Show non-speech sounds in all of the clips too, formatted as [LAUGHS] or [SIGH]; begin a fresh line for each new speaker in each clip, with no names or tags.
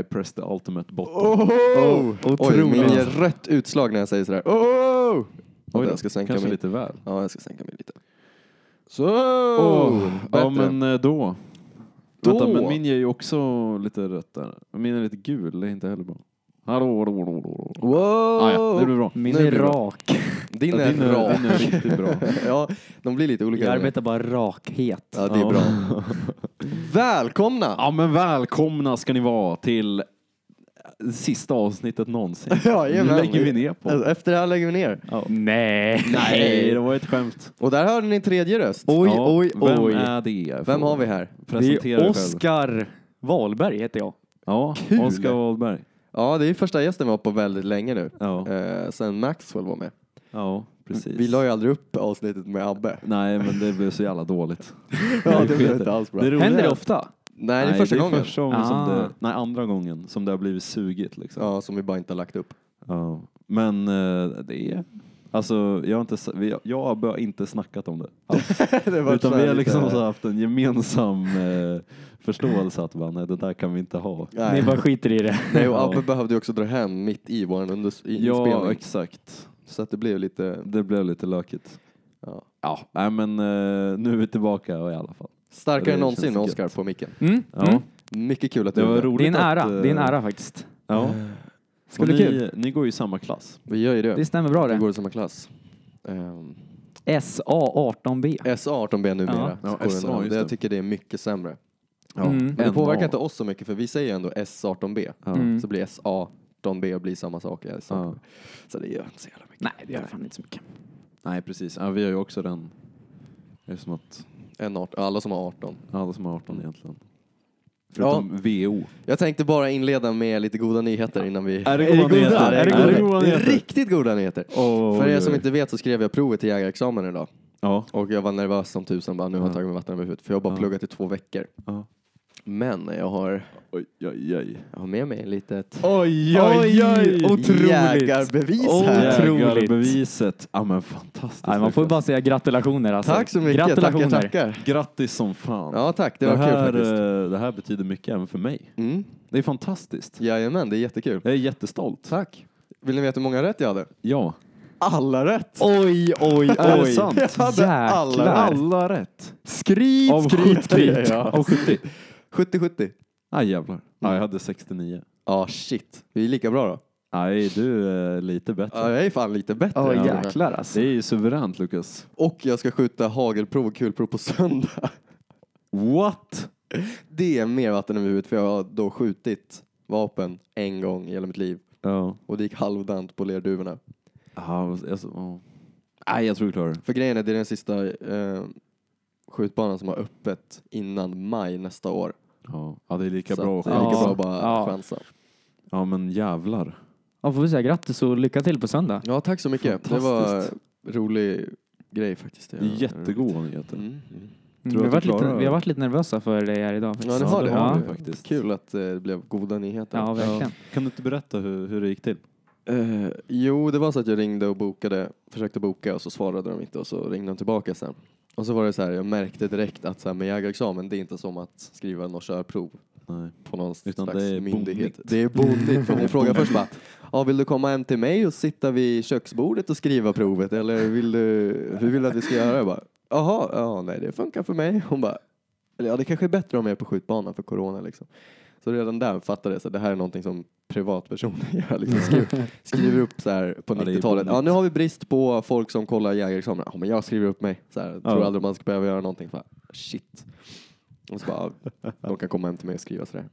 I pressed the ultimate button.
Oh! Oj,
Otroligt.
min ger rött utslag när jag säger sådär. Oh!
Oj,
Oj, jag ska sänka
kanske
mig.
lite väl.
Ja, jag ska sänka mig lite. Så!
ja,
bättre.
men eh, då.
Då.
Vänta, men min ger ju också lite rött där. Min är lite gul, det är inte heller bra. Hallå, hallå, hallå, hallå.
Wow!
Ah, ja, det blir bra.
Min
Nu
är
blir det bra.
rak.
Din
Ja,
är
din är-
rak.
din är riktigt bra.
[LAUGHS] ja, de blir lite olika.
Jag arbetar bara rakhet.
Ja, det är
Ja.
bra.
[LAUGHS]
Välkomna!
Ja, men välkomna ska ni vara till sista avsnittet någonsin.
[LAUGHS] Ja,
nu
jajamän.
lägger vi ner på.
Alltså, efter det här lägger vi ner.
Ja.
Nej.
Nej, det var ett skämt.
Och där hörde ni tredje röst.
Oj,
Ja,
oj,
Vem
oj.
är det?
Vem har vi här?
Det
Presentera
är
dig själv.
Oskar Wahlberg heter jag.
Ja,
Kul.
Oskar Wahlberg.
Ja, det är första gästen vi har på väldigt länge nu.
Ja,
Eh, sen Maxwell var med.
ja, precis.
Vi la ju aldrig upp avsnittet med Abbe.
Nej, men det blev så jävla dåligt.
[LAUGHS] Ja,
Vi
det
sket
blev inte alls bra.
Det
Nej,
roliga
Händer
är
det
att-
ofta?
det är första gången.
första gången som
Ah.
det, nej, andra gången som det har blivit sugit. Liksom. Ja.
Ja, som vi bara inte har lagt upp.
Men eh, det är... Alltså, jag har inte, s- vi, jag har bara inte snackat om det. alls.
[LAUGHS] [LAUGHS] det var
Utan
så här
vi har
lite-
liksom så här haft en gemensam eh, förståelse att bara, nej, det där kan vi inte ha.
Nej.
Ni bara skiter i det.
Nej, och
Ja.
Abbe behövde ju också dra hem mitt i vår under... i
Ja,
inspelning.
exakt.
Så att det blev lite...
Det blev lite lökigt.
Ja.
Ja, nej, men eh, nu är vi tillbaka i alla fall.
Starkare
Det
än någonsin,
känns gött.
Oscar, på micken.
Mm?
Ja,
Mm.
Mycket kul att du
Det var
är med.
roligt
Det är en
att,
ära.
eh,
Det är en ära faktiskt.
Ja.
Eh,
Ska
Och
bli
ni,
kul.
ni går ju i samma klass.
Vi gör ju det.
Det stämmer bra
Vi
det.
går i samma klass. Ehm,
SA18B.
SA18B numera.
Ja. Ja,
Så går
SA,
det under.
just
det. Jag
det.
tycker det är mycket sämre.
Ja.
Mm.
Men det
NA.
påverkar inte oss så mycket för vi säger ändå S18B.
Ja.
Mm.
Så blir SA18B och blir samma sak. i
Ja.
S18B. Så det gör inte så jävla mycket.
Nej, det gör fan inte så mycket.
Nej, precis. Ja, vi har ju också den. Det är som att
En 18, alla som har 18.
alla som är 18 egentligen.
Mm. Ja.
Förutom VO.
Jag tänkte bara inleda med lite goda nyheter innan vi...
Är det
goda nyheter?
Är det goda, nyheter? Riktigt goda nyheter!
Oh,
För er som inte vet så skrev jag provet till jägarexamen idag.
Ja.
Och jag var nervös som tusan bara, nu har jag
Ja.
tagit mig vatten över huvudet. För jag har bara
Ja.
pluggat i två veckor.
ja.
Men jag har,
Oj, oj, oj.
jag har med mig ett litet
Oj,
jägarbevis här.
Otroligt.
Jägarbeviset. Ja, men fantastiskt.
Nej, man får ju bara säga gratulationer alltså.
Tack så mycket, tackar,
Gratulationer.
tackar.
Grattis som fan.
Ja tack, det var
här,
kul faktiskt.
eh, det här betyder mycket även för mig.
Mm.
Det är fantastiskt.
Jajamän, det är jättekul.
Jag är jättestolt.
Tack. Vill ni veta hur många rätt jag hade?
Ja.
Alla rätt!
Oj, oj, oj.
Är det sant?
Jag hade alla
Jäklar.
rätt.
Alla rätt.
Skryt,
Av
skryt,
70.
skryt.
Ja.
Av 70.
70-70.
Aj jävlar.
Mm.
Ja, jag hade 69.
Ja shit, vi är lika bra då.
Nej, du är lite bättre.
Ja, jag är fan lite bättre.
Åh
än alla.
jäklar alltså.
Det är ju suveränt Lukas.
Och jag ska skjuta hagelprov och kulprov på söndag. [LAUGHS]
What?
Det är mer vatten över huvudet för jag har då skjutit vapen en gång i hela mitt liv.
Ja.
Och det gick halvdant på lerduvorna.
Ja, alltså, ja. Nej, jag tror vi klarar det.
För grejen är, det är den sista eh, skjutbanan som har öppet innan maj nästa år.
Ja. ja, det är lika
Så
bra
att
att
det är lika
chansa.
bra att bara
Ja.
chansa.
Ja, men jävlar.
Ja, får vi säga grattis och lycka till på söndag.
Ja, tack så mycket. Det var
Fantastiskt.
rolig grej faktiskt.
Det är jättegoda nyheter.
Mm. Mm.
Tror
Mm, vi, har
att
varit
du klarar
lite,
det.
vi har varit lite nervösa för dig här idag.
Ja,
faktiskt.
det har
det
det.
har
Ja.
vi faktiskt.
Kul att eh, det blev goda nyheter.
Ja, verkligen.
Kan du inte berätta hur, hur det gick till?
Eh, jo, det var så att jag ringde och bokade, försökte boka och så svarade de inte och så ringde de tillbaka sen. Och så var det så här, jag märkte direkt att så här, med jägarexamen, det är inte som att skriva något körprov
Nej.
på någon
Utan
slags
det är
myndighet.
bondigt.
Det är bondigt. [LAUGHS] För hon frågar först bara, ja, vill du komma hem till mig och sitta vid köksbordet och skriva provet eller vill du, hur vill du att vi ska göra? Jag bara, jaha, ja, nej det funkar för mig. Hon bara, eller ja det kanske är bättre om jag är på skjutbanan för corona liksom. Så redan där fattade jag så här, det här är någonting som privatpersoner [LAUGHS] gör. Liksom skriver, skriver upp så här på
Ja, det är
90-talet. Ja,
bondigt.
nu har vi brist på folk som kollar jägarexamen. Ja, men jag skriver upp mig. Så här, tror
Ja.
aldrig man ska behöva göra någonting. Bara, Shit. Och så bara, ja, de kan komma hem till mig och skriva sådär.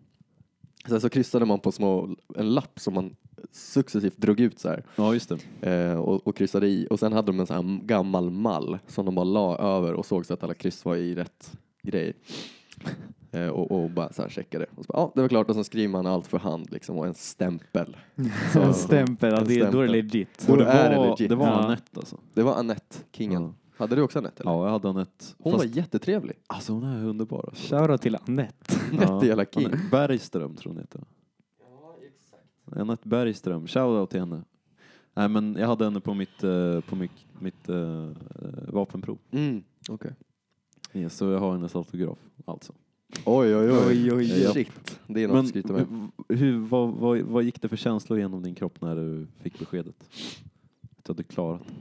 Sen så kryssade man på små, en lapp som man successivt drog ut så här
Ja, just det.
eh, och, och kryssade i. Och sen hade de en sån här gammal mall som de bara la över och såg så att alla kryss var i rätt grej. Eh, och, och bara så här checkade. Och så bara, ja, det var klart. Och sen skriver man allt för hand liksom och en stämpel. Så-
En stämpel, ja,
En
det, då är det
stämpel.
legit.
Och
det
är det
var,
legit.
det var
Ja.
Anette alltså.
Det var Annette, kingen.
Ja.
Hade du också Annette? Eller?
ja, jag hade Anette.
Hon
Fast,
var jättetrevlig.
Alltså hon är underbar. Alltså.
Shoutout till Anette.
[LAUGHS] Annette jävla king.
Anette Bergström tror hon heter. Anette Bergström, shoutout till henne. Nej men jag hade henne på mitt, eh, på mitt, mitt eh, vapenprov.
Mm. Okej.
Ja, så jag har hennes autograf alltså.
Oj, oj, oj.
Oj, oj,
ja.
Shit, det är något
Men
att skryta med.
hur- hur, vad, vad, vad gick det för känslor genom din kropp när du fick beskedet? Att du hade klarat det?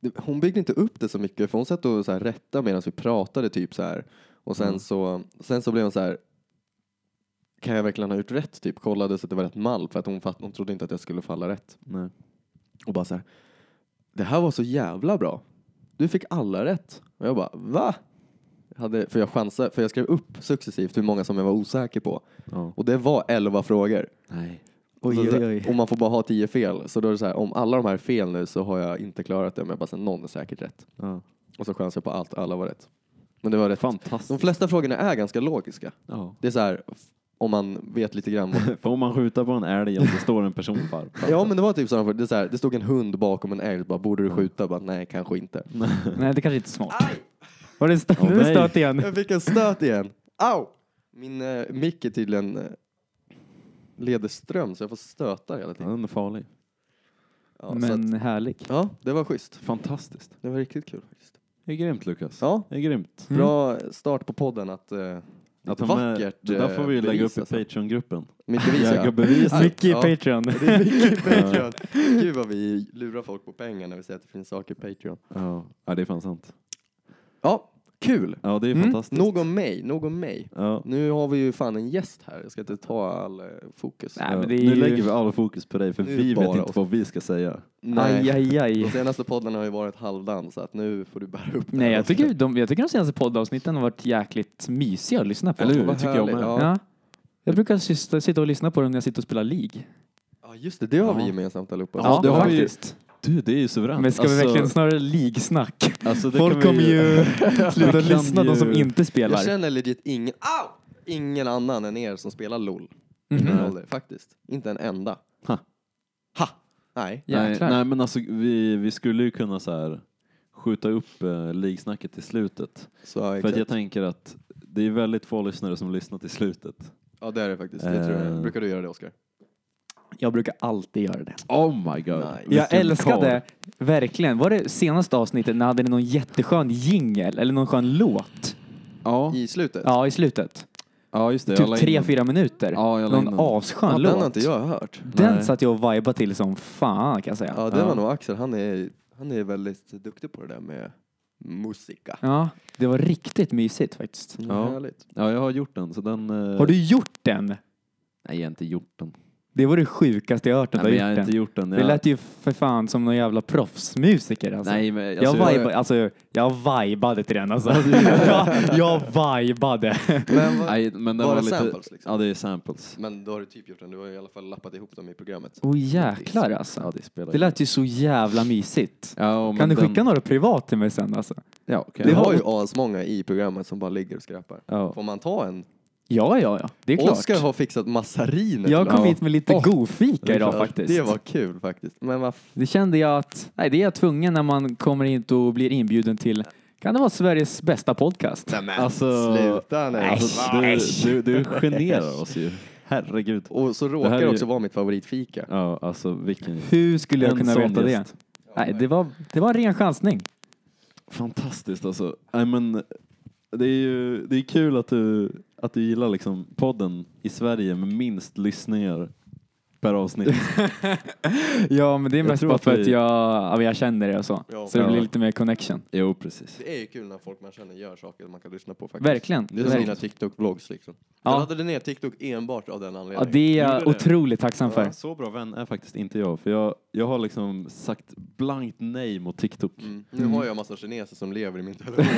Det- Hon byggde inte upp det så mycket för hon satt och så här rätta medan vi pratade typ så här. Och sen
Mm.
så, sen så blev hon så här. Kan jag verkligen ha gjort rätt? Typ kollade så att det var rätt mall för att hon, fatt, hon trodde inte att jag skulle falla rätt.
Nej.
Och bara så här. Det här var så jävla bra. Du fick alla rätt. Och jag bara va? Jag Hade, för jag chansade, för jag skrev upp successivt hur många som jag var osäker på.
Ja.
Och det var 11 frågor.
Nej. Alltså,
Oj,
Så-
oj, oj.
Och man får bara ha 10 fel. Så då är det så här, om alla de här är fel nu så har jag inte klarat det. Men jag bara så här, någon är säkert rätt.
Ja.
Och så chansade jag på allt, alla var rätt. Men det var rätt.
Fantastiskt.
De flesta frågorna är ganska logiska.
ja.
Det är så här, f- om man vet lite grann. vad-
[LAUGHS]
[LAUGHS]
Får man skjuta på en älg om det står en person
[LAUGHS]
på
ja men det var typ sådana frågor. Det, är så här, det stod en hund bakom en älg, bara borde du
Mm.
skjuta? Bara, nej, kanske inte.
Nej, det kanske inte är smart. Var det stö-
Åh,
nu är det
nej.
stöt igen.
Jag fick en stöt igen. Au! Min eh, mick är tydligen eh, leder ström så jag får stötar hela
Ja,
tiden.
den är farlig.
Ja, så att,
Men härlig.
ja det var schysst.
Fantastiskt.
Det var riktigt kul faktiskt.
Det är grymt Lukas.
Ja,
Det är grymt.
Mm.
bra start på podden att eh,
Att
Lite
de är-
vackert,
det där får vi ju
eh,
lägga upp
bevis,
i
alltså.
Patreon-gruppen.
mitt bevis
Jäga bevis.
Aj,
Mycket i
ja. [LAUGHS]
Patreon.
Det är mycket i
[LAUGHS]
Patreon. Gud vad vi lurar folk på pengar när vi säger att det finns saker i Patreon.
Ja. ja, det är fan sant.
Ja, kul.
Ja, det är
Mm.
fantastiskt.
Nog om mig, nog om mig.
Ja.
Nu har vi ju fan en gäst här. Jag ska inte ta all eh, fokus.
Nej,
Ja.
men det är
Nu
ju-
lägger vi all fokus på dig för
Nu är
vi
det
vet
bara
inte
oss.
vad vi ska säga.
Aj,
Nej.
aj,
De
aj.
senaste poddarna har ju varit halvdan så att nu får du bära upp det
Nej,
här.
jag tycker, de, jag tycker de senaste poddavsnitten har varit jäkligt mysiga att lyssna på.
Eller hur?
Vad
Det tycker jag
härligt.
med.
Ja.
Ja. Jag brukar sista- sitta och lyssna på dem när jag sitter och spelar League.
Ja, just det. Det har vi
Ja.
gemensamt allihopa.
Ja, det har vi ju-
faktiskt.
Du, det är ju suveränt.
Men ska vi
Alltså-
verkligen snarare League-snack?
Alltså, det
Folk
kan
kommer
vi
ju sluta
[LAUGHS] Vi kan
lyssna, de som
ju-
inte spelar.
Jag känner legit ingen, Au! ingen annan än er som spelar LOL. i
Mhm.
min
Nej.
ålder, Faktiskt. Inte en enda.
Mhm. Ha.
Ha! Nej.
Nej,
Jäklar.
nej men alltså vi, vi skulle ju kunna så här skjuta upp eh, ligsnacket till slutet.
Så, ja,
För att jag
exakt.
tänker att det är väldigt få lyssnare som lyssnar till slutet.
ja, det är det faktiskt. Det tror jag.
Eh.
Brukar du göra det, Oskar?
Jag brukar alltid göra det.
Oh my god.
Nej.
Vilken
Jag älskade,
karl.
verkligen, var det senaste avsnittet när hade ni någon jätteskön jingel eller någon skön låt?
Ja,
I slutet?
Ja, i slutet.
ja just det. jag la
Typ
in
tre,
den.
fyra minuter.
Ja, jag la in
någon
den.
asskön
Ja,
låt.
Den har inte jag hört.
Den
Nej.
satt jag och vibade till som fan kan jag säga.
Ja, det
Ja.
var nog Axel. Han är, han är väldigt duktig på det där med musika.
Ja, det var riktigt mysigt faktiskt.
Mm,
Ja.
Härligt.
Ja, jag har gjort den. Så den eh,
Har du gjort den?
Nej, jag har inte gjort den.
Det var det sjukaste jag hört att
Nej,
du
men jag
har
har
gjort
inte
den.
gjort den.
Det
Jag,
lät ju för fan som någon jävla proffsmusiker alltså.
Nej, men alltså,
Jag,
jag-
vibe, alltså, jag vibade till den alltså. jag, [LAUGHS] jag
[LAUGHS]
vibade.
Men, vad-
Nej, men den
Bara
var lite...
samples, liksom.
Ja, det är samples.
men då har du typ gjort den. Du har i alla fall lappat ihop dem i programmet.
Åh jäklar
Ja,
alltså.
det spelar
Det
ju-
lät ju så jävla mysigt.
Ja, och
Kan du
men
skicka
den...
några privat till mig sen alltså?
Ja, okej.
Det
Ja.
har ju asmånga i programmet som bara ligger och skräpar.
Ja.
Får man ta en?
Ja, ja, ja. Det är klart.
Oskar har fixat massariner.
Jag kom
Ja.
hit med lite
Åh,
godfika idag
Ja,
faktiskt.
Det var kul faktiskt. Men vad f-
Det kände jag att, nej det är jag tvungen när man kommer in och blir inbjuden till, kan det vara Sveriges bästa podcast?
Alltså-
sluta nu.
Alltså, du, du, du generar oss ju. Herregud.
Och så
Det
råkar
här är
det
ju-
också vara mitt favoritfika.
Ja, alltså vilken...
Hur skulle jag
En
kunna
sån
veta det?
gäst.
Nej, det var, det var en ren chansning.
Fantastiskt alltså. Nej men det är ju det är kul att du, att du gillar liksom podden i Sverige med minst lyssningar per [LAUGHS] avsnitt.
Ja, men det är
Jag
mest
tror
bara
att
för
vi-
att jag, ja, men jag känner det och så.
Ja.
Så det blir
Ja.
lite mer connection.
jo, precis.
Det är ju kul när folk man känner gör saker man kan lyssna på faktiskt.
Verkligen.
Det är som mina
verkligen.
TikTok-vlogs liksom.
Ja.
Jag laddade ner TikTok enbart av den
Ja,
anledningen.
det är jag
Gjorde det.
otroligt tacksam för.
Så bra vän är faktiskt inte jag, för jag, jag har liksom sagt blankt nej mot TikTok.
Mm. Nu har jag massa kineser som lever i min telefon.
[LAUGHS]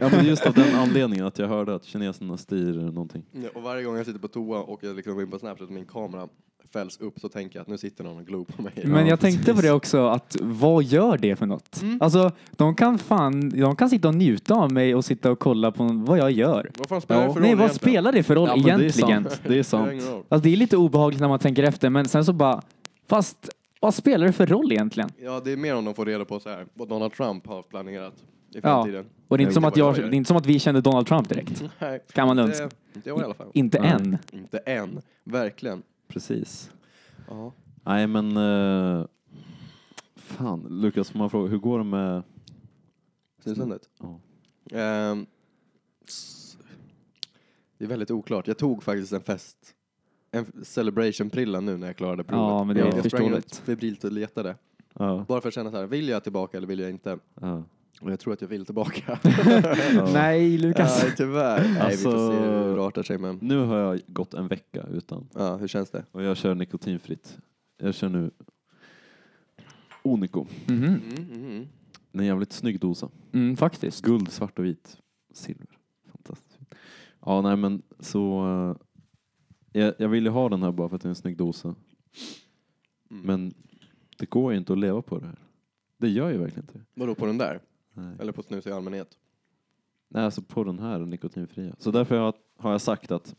Ja, men just av den anledningen att jag hörde att kineserna styr någonting.
och varje gång jag sitter på toa och jag liksom går in på Snapchat och min kamera fälls upp så tänker jag att nu sitter någon och glor på mig.
Men
Ja,
jag tänkte på
precis.
det också, att vad gör det för något? Alltså, de kan fan, de kan sitta och njuta av mig och sitta och kolla på vad jag gör.
Vad fan spelar det för roll
Nej, vad
egentligen?
spelar det för roll
ja, men
egentligen?
Det är sant. Det är
spelar ingen
sant.
roll.
Alltså det är lite obehagligt när man tänker efter, men sen så bara, fast vad spelar det för roll egentligen?
Ja, det är mer om de får reda på så här, vad Donald Trump har planerat i
Ja.
framtiden.
Och det
Nej,
är inte som
det Mm.
att,
var
jag,
jag.
det är inte som att vi känner Donald Trump direkt.
Nej,
Kan man
det,
önska.
det var i alla fall.
Inte
Nej.
än.
Inte än, verkligen.
Precis.
Ja.
Nej men... eh, fan, Lukas, får man fråga, hur går det med...
Snusandet.
Ja.
Ehm, s- Det är väldigt oklart. Jag tog faktiskt en fest, en celebration-prilla nu när jag klarade provet.
Ja, men det
är
jag sprang
förståeligt.
runt febrilt och letade.
Ja,
Bara för att känna så här, vill jag tillbaka eller vill jag inte?
ja,
Och jag tror att jag vill tillbaka.
ja.
Nej, Lukas.
Nej, tyvärr. Nej,
Alltså-
vi får se hur det artar sig. Men,
Nu har jag gått en vecka utan
ja, hur känns det?
och jag kör nikotinfritt. Jag kör nu Onico.
Mhm.
Mm, mm, mm.
En jävligt snygg dosa.
Mm, faktiskt.
Guld, svart och vit. Silver. Fantastiskt. Ja, nej men så... eh, jag, jag vill ju ha den här bara för att det är en snygg dosa.
Mm.
Men det går ju inte att leva på det här. Det gör ju verkligen inte det.
Vadå, på den där?
Nej.
Eller på snus i allmänhet?
Nej, alltså på den här nikotinfria. Så därför har jag, har jag sagt att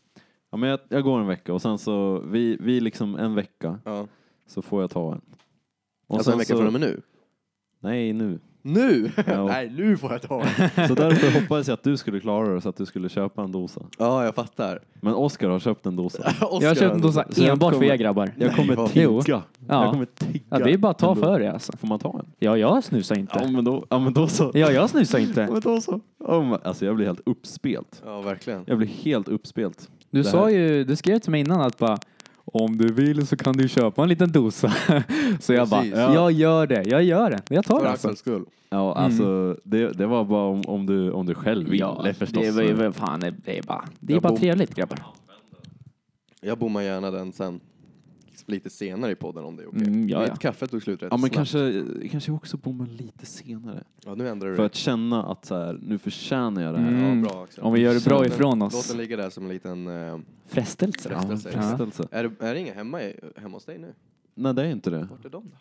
ja, men jag, jag går en vecka och sen så, vi, vi liksom en vecka
Ja.
så får jag ta en. Och
Alltså en
sen
vecka
så,
från och med nu?
Nej, [LAUGHS] nu.
Nu?
Ja.
[LAUGHS] Nej, nu får jag ta
[LAUGHS]
den.
Så därför hoppades jag att du skulle klara det så att du skulle köpa en dosa.
Ja, jag fattar.
Men Oskar har köpt en [LAUGHS] dosa.
[LAUGHS]
Jag har köpt en dosa
Så jag
enbart för
kommer-
er grabbar.
Jag kommer
vad-
Jo.
tigga. Jag
Ja.
kommer tigga.
ja, det är bara att ta
en do-
för er alltså.
Får man ta en?
Ja, jag snusar
Ja
inte.
men då, ja, men då så.
Ja, jag snusar
Ja,
inte.
men då så. Ja, men- Alltså jag blir helt uppspelt.
Ja, verkligen.
Jag blir helt uppspelt.
Du
Det
sa
här-
ju, du skrev till mig innan att bara om du vill så kan du köpa en liten dosa. [LAUGHS] Så jag bara,
Precis.
jag gör det, jag gör det. Jag tar
För
det alltså.
Axels skull.
Ja, alltså det, det var bara om, om, du, om du själv vill
Ja,
förstås.
det är väl fan, det är bara, det är
Jag
bara
bor-
trevligt grabbar.
Jag bommar gärna den sen. Lite senare i podden om det är okej.
Mm, ja, ja.
Mitt kaffe tog slut rätt
Ja, men
snabbt.
kanske, kanske också bommar lite senare.
Ja, nu ändrar du
För
det.
att känna att så här, nu förtjänar jag det här.
Mm.
Ja, bra Axel.
Om vi gör det bra ifrån
Låt
oss.
den ligga där som en liten... eh,
Frestelse.
Ja,
Frestelse.
frestelse.
är, det, är det inga hemma, i- hemma hos dig nu?
Nej, det är inte det.
Vart är de då?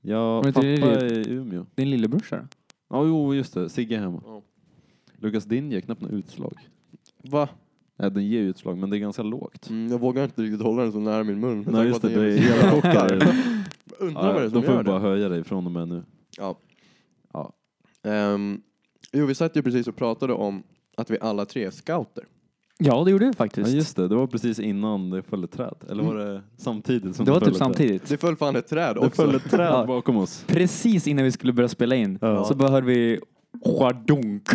Jag,
Men
pappa
det är
är i Umeå.
Din lillebrorsa då?
Ja, jo, just det. Sigge är hemma.
Ja.
Lukas, din ger knappt något utslag.
Va?
Nej, den ger utslag, men det är ganska lågt.
Mm, jag vågar inte riktigt hålla den så nära min mun.
Nej, just det. Det är jävla [LAUGHS] chockar.
Undrar vad det
Ja,
är
då
som
får vi
gör
bara
det.
höja dig från och med nu.
Ja.
Ja.
Ehm, jo, vi satt ju precis och pratade om att vi alla tre är scouter.
Ja, det gjorde vi
Ja,
faktiskt.
just det. Det var precis innan det föll ett träd. Eller var det samtidigt? Som
det var
föll
typ
ett träd?
samtidigt.
Det föll fan ett träd
Det
också.
föll ett träd
Ja.
bakom oss.
Precis innan vi skulle börja spela in
Ja.
så bara hörde vi Schadunk.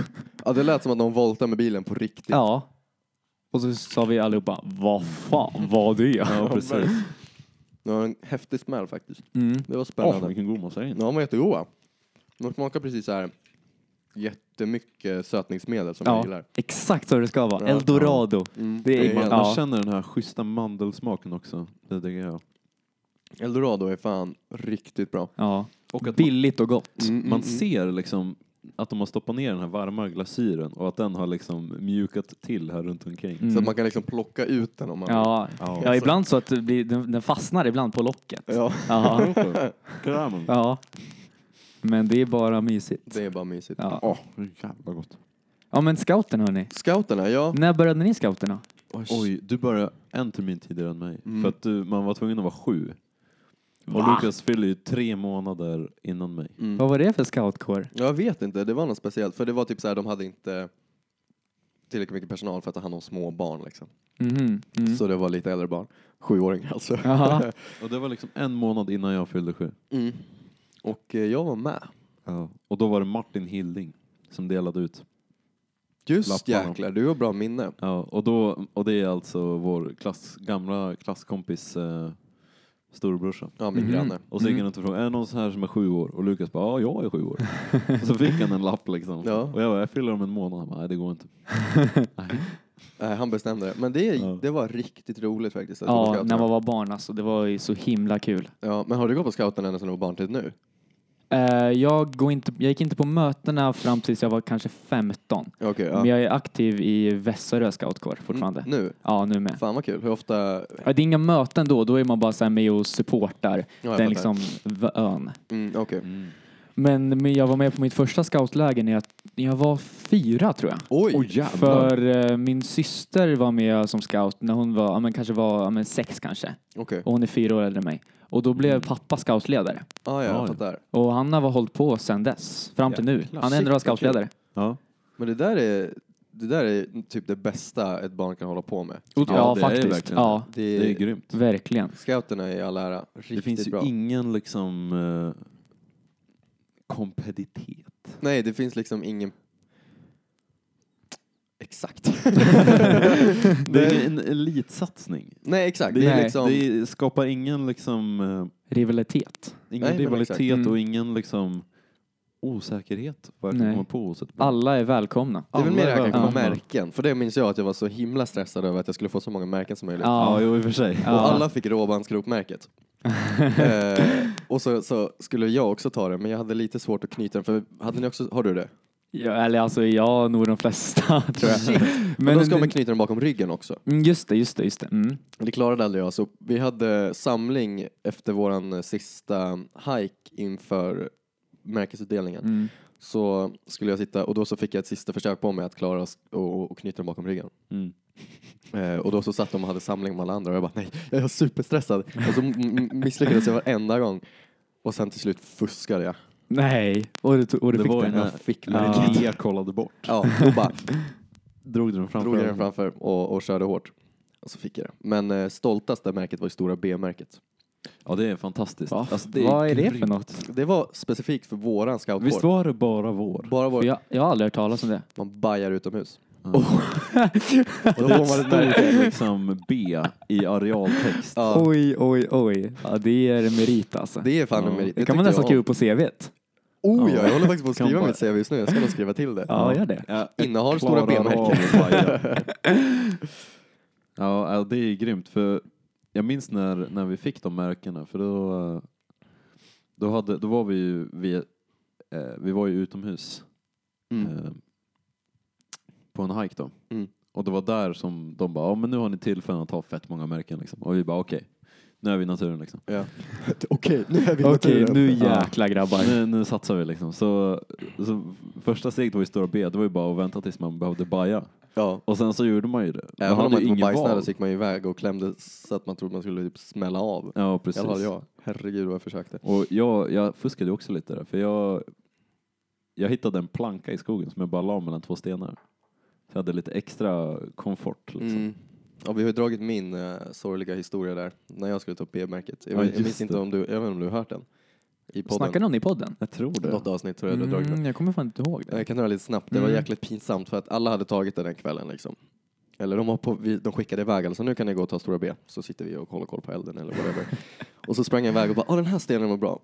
Ja, det lät som att de voltade med bilen på riktigt.
Ja. Och så sa vi allihopa, vad fan var det?
Ja, precis.
Det var en häftig smäll faktiskt.
Mm.
Det var
Åh,
spännande.
vilken god massarin.
Ja, de var jättegoda. De smakar precis så här jättemycket sötningsmedel som jag
Ja,
gillar.
exakt så det ska vara.
Ja.
Eldorado.
Mm.
Det är-
Man,
Ja.
man känner den här schyssta mandelsmaken också. Det tycker jag.
Eldorado är fan riktigt bra.
Ja.
Och att
Billigt och gott.
Mm,
man,
mm,
man
mm.
ser liksom att de har stoppat ner den här varma glasyren och att den har liksom mjukat till här runt omkring.
Så att
Mm.
man kan liksom plocka ut den om man
Ja.
Ja.
ja, ibland så att det blir, den, den fastnar ibland på locket.
vill. Ja,
Ja.
Kramen.
ja. Men det är bara mysigt.
det är bara mysigt.
Ja.
Åh, jävla gott.
Ja, men scouten hörni.
Scouterna, ja.
När började ni scouterna?
Oj, du började en termin tidigare än mig.
Mm.
För att du, man var tvungen att vara sju. Och
Va?
Lukas fyller ju tre månader innan mig.
Mm.
Vad var det för scoutkår?
Jag vet inte, det var något speciellt. För det var typ så här, de hade inte tillräckligt mycket personal för att ta hand om små barn liksom.
Mhm. Mm.
Så det var lite äldre barn. Sjuåringar alltså. [LAUGHS]
Jaha.
Och det var liksom en månad innan jag fyllde sju.
Mm. Och eh, jag var med.
Och då var det Martin Hilding som delade ut.
Just
Lapparna.
jäklar, du har bra minne.
Ja, och, då, och det är alltså vår klass, gamla klasskompis eh, storebrorsa.
Ja, min
Mhm.
granne.
Och så gick
Mm.
han runt och frågade, är det någon så här som är sju år? Och Lukas bara, ja jag är sju
[LAUGHS]
år. och så fick han en lapp liksom.
Ja.
Och jag bara, jag fyller om en månad. Han bara, nej det går
[LAUGHS]
inte. nej.
Nej, Eh, han bestämde det. Men det,
Ja.
det var riktigt roligt faktiskt. Att gå på
Ja,
scouterna.
när man var barn alltså. Det var ju så himla kul.
ja, men har du gått på scouterna ända sedan du var barn till nu?
Eh, jag, går inte, jag gick inte på mötena fram tills jag var kanske 15.
Okej, ja.
Men jag är aktiv i Vässarö scoutkår fortfarande.
Mm, nu?
Ja, nu med.
Fan vad kul. Hur ofta? Ja,
Ja, det är inga möten då, då är man bara så här med och supportar
jag fattar.
den liksom v- ön.
Mm, Okej.
Mm.
Men, men jag var med på mitt första scoutläger när jag, när jag var fyra tror jag.
Oj!
Oj, jävlar.
För eh, min syster var med som scout när hon var, ja, men kanske var ja, men sex kanske.
Okej.
Och hon är fyra år äldre än mig. Och då
Mm.
blev pappa scoutledare.
Ah, ja, jag
Oj.
fattar.
Och han har hållit på sedan dess, fram till nu.
Jäklar.
Han är ändå
Shit, vad kul.
scoutledare.
Ja,
Men det där är, det där är typ det bästa ett barn kan hålla på med.
Ja,
det är
faktiskt.
verkligen
ja,
Det
det
är,
är grymt.
verkligen.
Scouterna är i all ära. Riktigt
det finns ju
bra.
ingen liksom eh, kompetitet.
[LAUGHS] Nej, det finns liksom ingen Exakt.
Det är en elitsatsning.
Nej, exakt.
Det,
Det
Nej,
är liksom...
det skapar ingen liksom, eh,
Rivalitet.
ingen
Nej, men Mm.
rivalitet
exakt.
och ingen liksom osäkerhet vad jag kan
Nej.
komma på. Så att-
Alla är välkomna.
Det är väl mer
Alla är
kanske
välkomna.
märken. För det minns jag att jag var så himla stressad över att jag skulle få så många märken som möjligt.
Ja, jo, i och för sig.
Ja.
Och alla fick råbandsgropmärket. [LAUGHS] eh, och så, så skulle jag också ta det, men jag hade lite svårt att knyta den. För hade ni också, har du det?
Ja, eller alltså jag nog de flesta [LAUGHS] tror jag.
Men då ska man
men
knyta den bakom ryggen också.
Mm, just det, just det, just det. Mm.
Det klarade aldrig jag. Så vi hade samling efter våran eh, sista hike inför märkesutdelningen.
Mm.
Så skulle jag sitta och då så fick jag ett sista försök på mig att klara oss och, och, och knyta den bakom ryggen.
Mm.
Eh, och då så satt de och hade samling med alla andra och jag bara nej, jag är superstressad. Och så m- m- misslyckades jag varenda gång. Och sen till slut fuskade jag.
Nej, och du, och du
Det
fick
var
den.
ju när
fick
Ja.
när Lea kollade bort.
Ja, och bara
Drog du den framför
drog jag den
ögonen?
framför och, och körde hårt. Och så fick jag det. Men eh, stoltaste märket var ju stora B-märket.
Ja, det är fantastiskt.
Va?
Alltså,
Vad är det
grymt.
för något?
Det var specifikt för våran scoutkår.
Visst var det bara vår?
Bara vår,
För jag, jag har aldrig hört talas om det.
man bajar utomhus.
[LAUGHS]
Och det står liksom B i arealtext.
Ja,
Oj, oj, oj. Ja, det är en merit alltså. Det,
det är fan en
Ja.
merit.
kan man
tyckte
nästan
jag
skriva
om.
på CVt.
Oh ja, jag håller faktiskt på att
Kan
skriva
bara-
mitt CV just nu. Jag ska nog skriva till det.
Ja, gör det.
Ja,
Innehar stora
klarar
B-märken.
av att vaja. [LAUGHS] ja, ja, det är grymt. För jag minns när, när vi fick de märkena. För då, eh, då, hade, då var vi ju, vi, eh, vi var ju utomhus
Mm.
eh, på en hike då.
Mm.
Och det var där som de bara, ja men nu har ni tillfällen att ta fett många märken liksom. Och vi bara okej, nu är vi i naturen liksom.
Ja. Okej, nu är vi i
Okej,
naturen.
nu jäkla grabbar.
Nu, nu satsar vi liksom. Så, så första steget var ju stora B, det var ju bara att vänta tills man behövde baja.
Ja.
Och sen så gjorde man ju det. Man
Även om
hade
man
ju
inte var
ingen
bajsnödig
val.
så gick man ju iväg och klämde så att man trodde man skulle typ smälla av.
Ja,
I alla fall
precis.
jag. Herregud vad jag försökte.
Och jag, jag fuskade ju också lite där, för jag, jag hittade en planka i skogen som jag bara la mellan två stenar. Så jag hade lite extra komfort. Liksom.
Mm. Ja, vi har ju dragit min eh, sorgliga historia där, när jag skulle ta upp B-märket. Jag,
Ja,
vet- jag
just
minns inte
det.
om du, jag vet inte om du har hört den? I podden.
Snackar någon i podden?
Jag tror det.
Något avsnitt tror jag du har dragit den.
Mm, jag kommer fan inte ihåg det.
Jag kan dra lite snabbt, det var
Mm.
jäkligt pinsamt för att alla hade tagit det den kvällen liksom. Eller de, var på, vi, de skickade iväg alltså nu kan ni gå och ta stora B, så sitter vi och kollar koll på elden eller
[LAUGHS]
whatever. och så sprang jag iväg och bara, ah den här stenen var bra.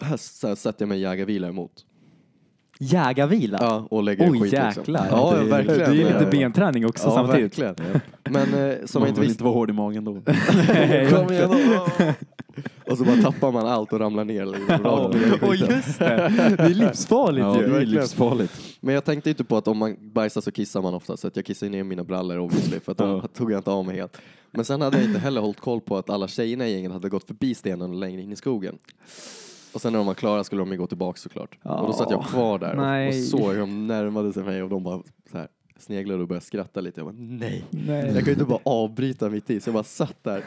Här så här sätter jag mig i jägarvila emot.
Jägarvila?
Ja, och lägger
Oj
skit
jäklar.
liksom. Ja,
det, är-
verkligen.
det är lite benträning också
ja,
samtidigt.
verkligen. Men eh, som
man
jag inte
vill
visste.
inte vara hård i magen [LAUGHS] då.
[LAUGHS] Kom igen då. Och så bara tappar man allt och ramlar ner. Liksom, rakt ner i
Oj,
skiten.
just det. Det är livsfarligt
ja, det
ju.
är ju
verkligen.
livsfarligt.
Men jag tänkte inte på att om man bajsar så kissar man ofta, så att jag kissade ner mina brallor obviously, för att de
Ja.
tog jag inte av mig helt. Men sen hade jag inte heller hållit koll på att alla tjejerna i gänget hade gått förbi stenen och längre in i skogen. Och sen när de var klara skulle de ju gå tillbaka såklart. Och då satt jag kvar där och, och
Nej.
såg hur de närmade sig mig och de bara så här, sneglade och började skratta lite. Jag bara nej. Jag
Nej.
kunde inte bara avbryta mitt i, så jag bara satt där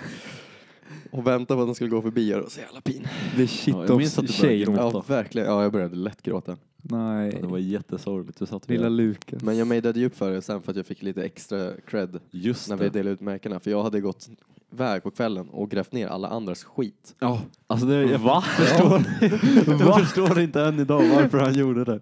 och väntade på att de skulle gå förbi och det var så jävla pin.
Det
Ja, jag minns att du började
shit-off-tjejer.
gråta.
Ja, verkligen. Ja, jag började lätt gråta.
Nej.
Det var jättesorgligt. Du satt
Lilla
där.
Lukas. [LAUGHS]
Men jag mejdade ju upp för det sen för att jag fick lite extra cred
Just
när vi
det.
delade ut märkena. För jag hade gått iväg på kvällen och grävt ner alla andras skit.
Ja, alltså det, jag
Va?
förstår, [LAUGHS] jag förstår inte än idag varför han gjorde [LAUGHS] det.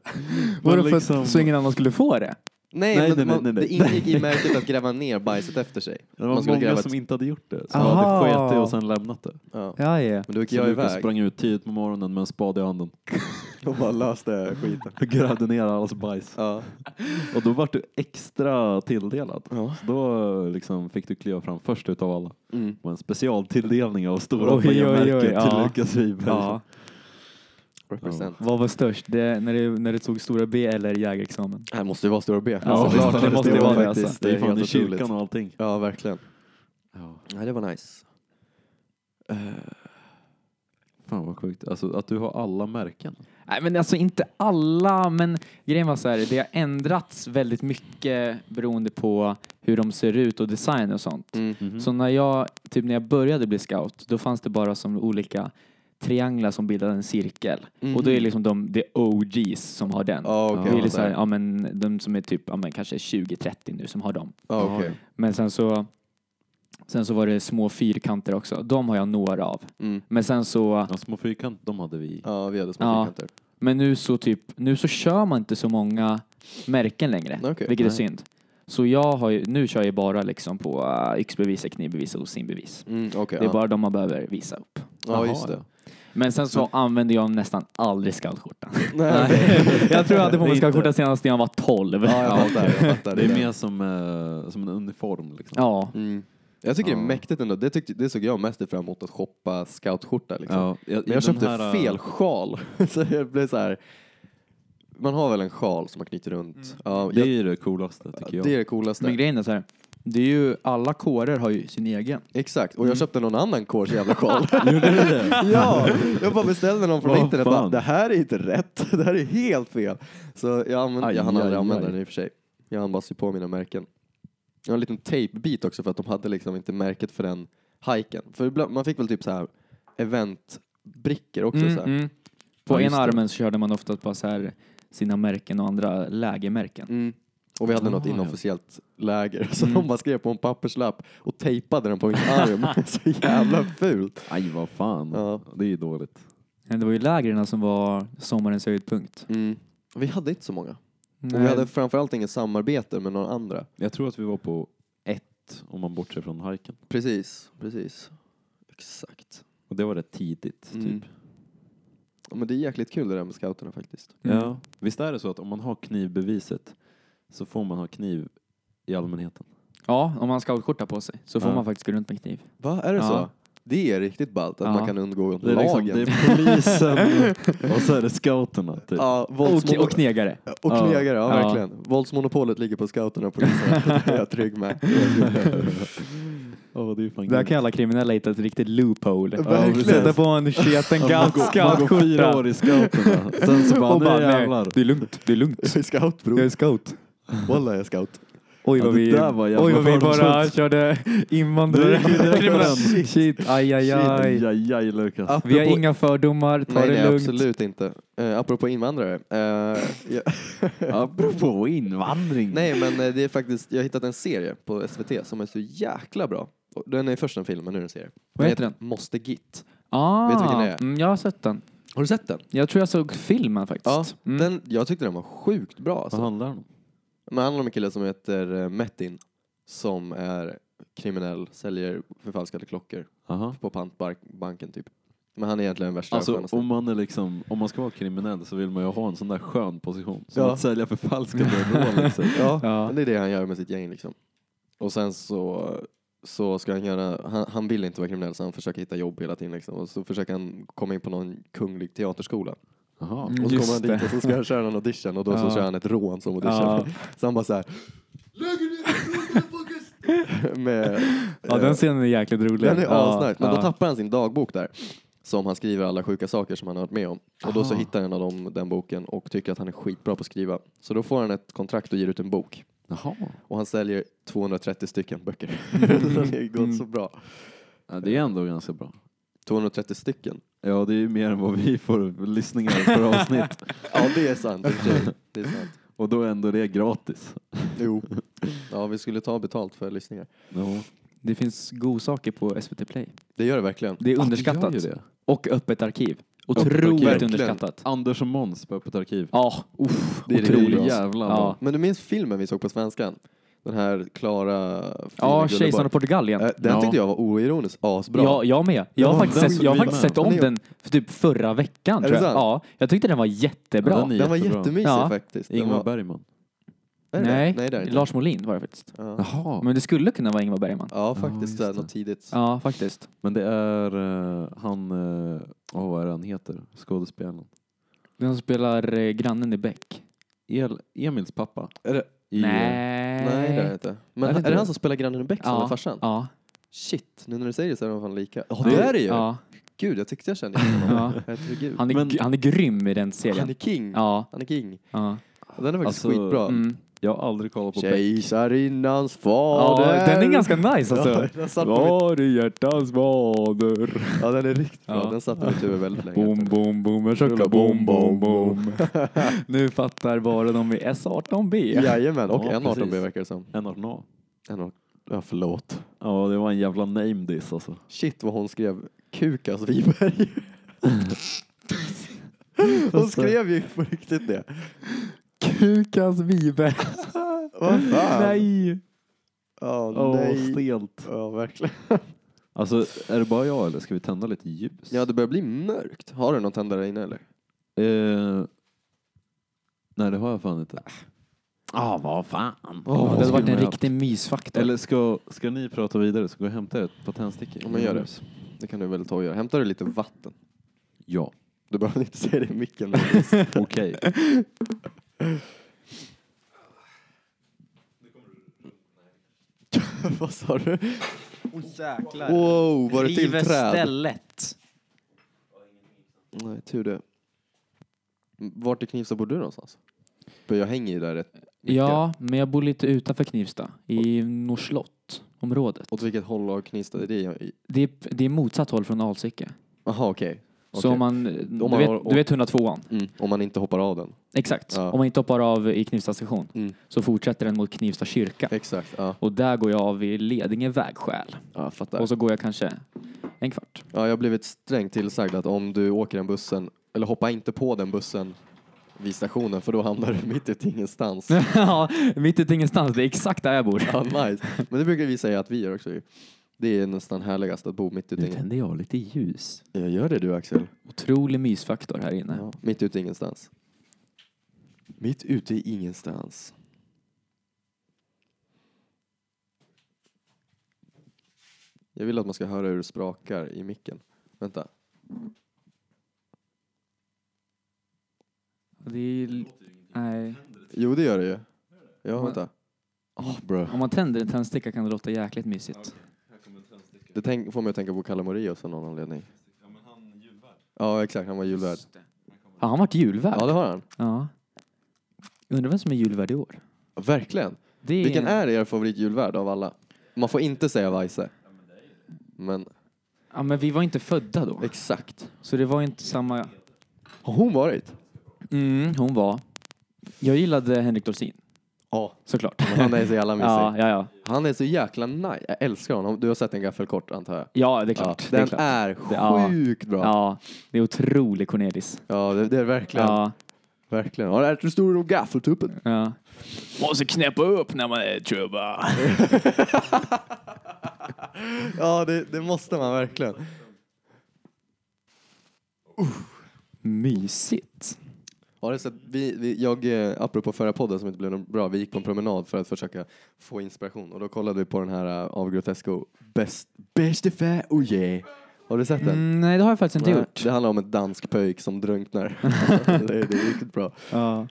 Var det
Men liksom-
för att så ingen annan skulle få det?
Nej,
Nej,
men
nej, nej,
man,
nej, nej.
det ingick
[LAUGHS]
i märket att gräva ner bajset efter sig.
Det var
Man skulle
många
gräva
som
ett-
inte hade gjort det. Som
Aha.
hade skett det och sen lämnat det.
Ja.
Ja, ja.
Men då gick
Så
jag
Lukas
iväg
sprang ut tidigt på morgonen med en spade i handen
och bara löste skiten.
och grävde ner allas bajs.
Ja.
Och då vart du extra tilldelad.
Ja.
Så då liksom fick du kliva fram först utav alla.
Mm.
Och en specialtilldelning av stora
Oj, oj, oj,
märken till
ja.
Lukas Wiberg.
ja.
Represent.
Vad var störst? Det, när, du, när du tog stora B eller jägarexamen?
Det här måste ju vara stora B.
Ja,
Alltså,
det måste
var
ju vara det,
faktiskt-
alltså.
Det är fan
helt
i kyrkan
otroligt.
och allting.
Ja, verkligen.
Ja.
Nej, det var nice.
Fan vad sjukt. Alltså att du har alla märken.
Nej, men alltså inte alla, men grejen var så här, det har ändrats väldigt mycket beroende på hur de ser ut och design och sånt.
Mm.
Mhm.
Så när jag, typ när jag började bli scout, då fanns det bara som olika trianglar som bildade en cirkel.
Mhm.
Och då är det liksom de, det är OGs som har den.
Ja, okej.
Det är
Ja,
liksom, ja, men, de som är typ, ja, men, kanske 20-30 nu som har dem.
Ja, okej.
Men sen så, sen så var det små fyrkanter också. De har jag några av.
Mm.
Men sen så,
Ja, små fyrkant, de hade vi.
Ja, vi hade små
Ja.
fyrkanter.
men nu så typ, nu så kör man inte så många märken längre.
Okej.
vilket
Nej.
är synd. Så jag har ju, nu kör jag bara liksom på uh, yxbevis, knivbevis och simbevis.
Mm, okej,
Det är
ja.
bara de man behöver visa upp.
ja, just det.
Men sen så använder jag nästan aldrig skallskjortan. [LAUGHS]
Nej.
jag tror jag
Det är
hade på mig
inte-
skallskjorta senast när jag var 12.
ja, jag fattar. Jag fattar.
Det är mer som, eh, som en uniform liksom.
[LAUGHS] Ja.
Mm. Jag tycker det
Ja.
är mäktigt ändå. Det, tyckte, det såg jag mest fram emot, att shoppa scoutskjorta. Liksom.
Ja, jag,
Men jag
den
köpte
här, eh,
fel sjal. [LAUGHS] så jag blev så här. Man har väl en sjal som man knyter runt? Ja,
Det
jag,
är det coolaste tycker jag.
det är det coolaste.
Men grejen är så här, det är ju, alla kårer har ju sin egen.
Exakt, och jag köpte någon annan kårs jävla sjal.
Mm. [LAUGHS] Gjorde du det?
[LAUGHS] ja, jag bara beställde någon från
Vad
internet.
fan.
Bara, det här är inte rätt, [LAUGHS] det här är helt fel. Så jag, använde,
Aj,
jag hann
aj,
aldrig
aj.
använda den i och för sig. Jag hann bara sy på mina märken. Jag har en liten tejpbit också för att de hade liksom inte märket för den hajken. För ibland, man fick väl typ så här eventbrickor också.
Mm,
så här.
På
Ja, just
ena
det.
armen så körde man oftast bara så här sina märken och andra lägermärken.
Mm. Och vi hade något
Ah, ja.
inofficiellt läger [LAUGHS] så
Mm.
de bara skrev på en papperslapp och tejpade den på min arm. [LAUGHS] så jävla fult.
Aj vad fan.
Ja.
Det är ju dåligt.
Men Det var ju lägren som var sommarens höjdpunkt.
Mm. Vi hade inte så många. Och vi hade framförallt inget samarbete med några andra.
Jag tror att vi var på ett om man bortser från hajken.
Precis, precis. Exakt.
Och det var rätt tidigt
Mm.
typ.
Ja, men det är jäkligt kul det där med scouterna faktiskt.
Mm.
Ja. Visst är det så att om man har knivbeviset så får man ha kniv i allmänheten?
Ja, om man har scoutskjorta på sig så får
Ja.
man faktiskt gå runt med kniv.
Va, är det
Ja.
så? Det är riktigt ballt att
Ja.
man kan undgå
Det är, liksom,
lagen.
det är polisen och så är det scouterna typ.
Ja,
Och,
våldsmonopol.
och knegare.
Och
Ja.
knegare, ja,
Ja.
verkligen. Våldsmonopolet ligger på scouterna och polisen. [LAUGHS] det är jag trygg med.
Åh, det är ju fan
Där
grymt.
kan alla kriminella hitta ett riktigt loophole.
Ja, Verkligen.
Sätta på en sketen
Man går- Man går fyra
scoutskjorta.
år i scouterna. Sen så bara,
Och bara,
nu
nej,
jävlar.
Det är lugnt, det är lugnt.
Jag är scout bror.
är scout.
Walla jag är scout.
Oj
Ja,
vad
det
vi,
där var jävla
oj, vad vi bara
fördomsfullt.
körde
Det
invandrare.
gick ju direkt på
Kriminella.
den.
Shit, aj aj aj.
Shit, aj, aj, Lukas.
Vi har
Apropå-
inga fördomar, ta
Nej,
det
nej
lugnt.
absolut inte. Uh, apropå invandrare. eh, jag-
Apropå invandring.
nej men eh, det är faktiskt, jag har hittat en serie på SVT som är så jäkla bra. Och Den är först en film men nu är det en serie.
Vad heter den?
Måste Git.
Ah,
Vet du vilken det är?
Mm, jag har sett den.
Har du sett den?
Jag tror jag såg filmen
Ja,
faktiskt. Mm.
den, jag tyckte den var sjukt bra. Alltså.
Vad handlar det om?
Men det handlar om en kille som heter eh, Metin som är kriminell, säljer förfalskade klockor
Aha.
på pantbanken typ. Men han är egentligen den värsta
Alltså
skönaste.
om man, är liksom, om man ska vara kriminell så vill man ju ha en sån där skön position. Som
Ja.
att sälja förfalskade overall. Liksom.
[LAUGHS] Ja,
Ja.
men det är det han gör med sitt gäng liksom. Och sen så, så ska han göra, han, han vill inte vara kriminell så han försöker hitta jobb hela tiden liksom. Och så försöker han komma in på någon kunglig teaterskola.
Aha.
Mm.
Och så
Just
kommer han dit
det.
och så ska han köra någon audition och då så
Ja.
kör han ett rån som audition.
Ja.
[LAUGHS] Så han bara såhär
[LAUGHS]
med,
ja, den scenen är jäkligt rolig.
Den är
Ja,
asnice. Men
ja.
då tappar han sin dagbok där. Som han skriver alla sjuka saker som han har varit med om. Och
Ah.
då så hittar en av dem den boken och tycker att han är skitbra på att skriva. Så då får han ett kontrakt och ger ut en bok.
Jaha.
Och han säljer 230 stycken böcker. [LAUGHS] det går så bra.
Ja, det är ändå ganska bra.
230 stycken.
Ja, det är ju mer än vad vi får lyssningar för avsnitt.
Ja, det är sant. i och för sig. Det är sant.
Och då är ändå det gratis.
Jo. Ja, vi skulle ta betalt för lyssningar.
Ja.
Det finns godsaker på SVT Play.
Det gör Ah, det verkligen.
Det är
gör
underskattat.
ju det.
Och öppet arkiv.
arkiv.
Otroligt
Verkligen.
underskattat.
Anders och Måns på Öppet arkiv.
Ja, uff,
Det är
otroligt.
riktigt bra.
Jävlar bra.
ja.
Men du minns filmen vi såg på svenskan? Den här Klara... Fina
ja, Kejsaren av
Gulleborg.
Portugal igen.
Eh, Den
Ja.
tyckte jag var oironiskt asbra.
Ja, jag med. Jag har
Ja,
faktiskt,
den
sett, jag har
vi
faktiskt
med.
sett om
Den är-
den för typ förra veckan.
Är
tror
det
jag.
sant?
Ja, jag tyckte den var jättebra.
Ja, den är
Den var
jättebra.
jättemysig
Ja.
faktiskt. Den
Ingmar
var-
Bergman.
är det det?
Nej,
Nej, det är det inte.
Lars Molin var det faktiskt.
Ja,
Jaha.
Men det skulle kunna vara Ingmar Bergman.
ja faktiskt.
just
såhär
det.
något tidigt.
Ja, faktiskt.
Men det är eh, han, eh, åh, vad är det han heter, skådespelaren?
Den som spelar eh, grannen i Beck.
El, Emils pappa.
Är det?
I,
Nej.
Nej, det är det inte. Men
Är det
är det,
inte det?
han som spelar grannen i Beck som
Ja.
är farsan?
Ja.
Shit, nu när du säger det så är de fan lika. Ja,
Det-
det är det ju!
ja.
Gud, jag tyckte jag kände igen
[LAUGHS]
honom.
ja.
Herregud. [LAUGHS]
Han, är,
Men-
han är grym i den
Han är
serien.
king.
Ja.
Han är king.
ja.
Den är faktiskt
Alltså,
skitbra.
Mm.
Jag har aldrig kollat på Beck.
Kejsarinnans
ja
fader.
den är ganska nice
[LAUGHS]
alltså.
Ja, den satt på
i hjärtans vader.
mitt... ja, den är riktigt bra.
Ja.
Den satt på mitt huvud väldigt länge.
Boom, boom, boom, jag
Rulla
cyklar boom, boom, boom. [LAUGHS] nu fattar bara de i S18B.
Jajamän, och
Ja,
en 18
precis.
verkar det som.
En 18A.
En 18 ja, förlåt.
Ja, det var en jävla name diss alltså.
Shit vad hon skrev Kukas Wiberg. [LAUGHS] hon skrev ju på riktigt det.
Kukas Wiberg.
Vad fan?
Nej!
Ja,
Åh,
nej.
stelt.
Ja, verkligen.
Alltså, är det bara jag eller ska vi tända lite ljus?
Ja, det börjar bli mörkt. Har du någon tändare inne eller?
Eh, nej, det har jag fan inte. Ah, vad fan.
Åh,
det hade varit en
skulle man
riktig mysfaktor.
Eller ska, ska ni prata vidare så går jag och hämtar ett par tändstickor.
Ja, men gör det. Det kan du väl ta och göra. Hämtar du lite vatten?
Ja,
Du behöver inte säga det i micken. men-
[LAUGHS]
okej.
[LAUGHS] Vad sa du?
jäklar.
Wow, var det till
River
träd?
stället.
Nej, tur det. Vart i Knivsta bor du någonstans? För jag hänger ju där rätt mycket.
Ja, men jag bor lite utanför Knivsta, i Norslott området.
Åt vilket håll av Knivsta är det?
Det är, det är motsatt håll från Alsike.
Jaha, okej.
Så
Okej.
om man,
man
du, vet,
har-
du vet 102an?
Mm, om man inte hoppar av den.
Exakt.
Ja.
Om man inte hoppar av i Knivsta station
Mm.
så fortsätter den mot Knivsta kyrka.
Exakt, ja.
Och där går jag av vid Ledinge vägskäl.
ja jag fattar.
Och så går jag kanske en kvart.
Ja, jag har blivit strängt tillsagd att om du åker den bussen, eller hoppa inte på den bussen vid stationen för då hamnar du [LAUGHS] mitt ute i [LAUGHS] ingenstans.
[LAUGHS] ja, mitt ute i ingenstans. Det är exakt där jag bor.
Ja, nice. Men det brukar vi säga att vi gör också. ju. Det är nästan härligast att bo mitt ute i ingenstans.
jag lite ljus.
Jag gör det du Axel.
Otrolig mysfaktor här inne.
Ja, mitt ute i ingenstans. Mitt ute i ingenstans. Jag vill att man ska höra hur det sprakar i micken. Vänta.
Det är... l- Nej.
Jo, det gör det ju. Ja,
Men-
vänta. Oh, bro.
Om man tänder en tändsticka kan det låta jäkligt mysigt.
Det tänk, får mig att tänka på Kalle Moraeus av någon anledning. Ja, exakt. Han var julvärd.
Har han varit julvärd?
Ja, det har han.
Ja. Undrar vem som är julvärd i år?
Verkligen.
Det är...
Vilken är er favoritjulvärd av alla? Man får inte säga Weise. Men
Ja, men vi var inte födda då.
exakt.
Så det var ju inte samma...
Har hon varit?
Mm, hon var. Jag gillade Henrik Dorsin,
Ja.
såklart.
Han är så jävla mysig.
Ja, ja, ja.
Han är så jäkla nice. Jag älskar honom. Du har sett en gaffelkort antar jag?
Ja, det är klart.
Den
det är
är,
klart. Det- ja.
sjukt bra. Ja,
Ja, det är otrolig Cornelis.
det, det är verkligen.
Ja,
Verkligen. Har du ätit stor om gaffeltuppen?
ja. Måste knäppa upp när man är trubba.
[LAUGHS] Ja, det, det måste man verkligen.
Mysigt.
Har du sett, vi, vi, jag, eh, apropå förra podden som inte blev någon bra, vi gick på en promenad för att försöka få inspiration och då kollade vi på den här eh, av Grotesco, Bäst, bäst i fä, oh yeah. Har du sett den?
Mm, nej, det har jag faktiskt inte
Nej,
gjort.
Det handlar om ett dansk pöjk som [LAUGHS] drunknar. det, är- det är riktigt bra.
Ja.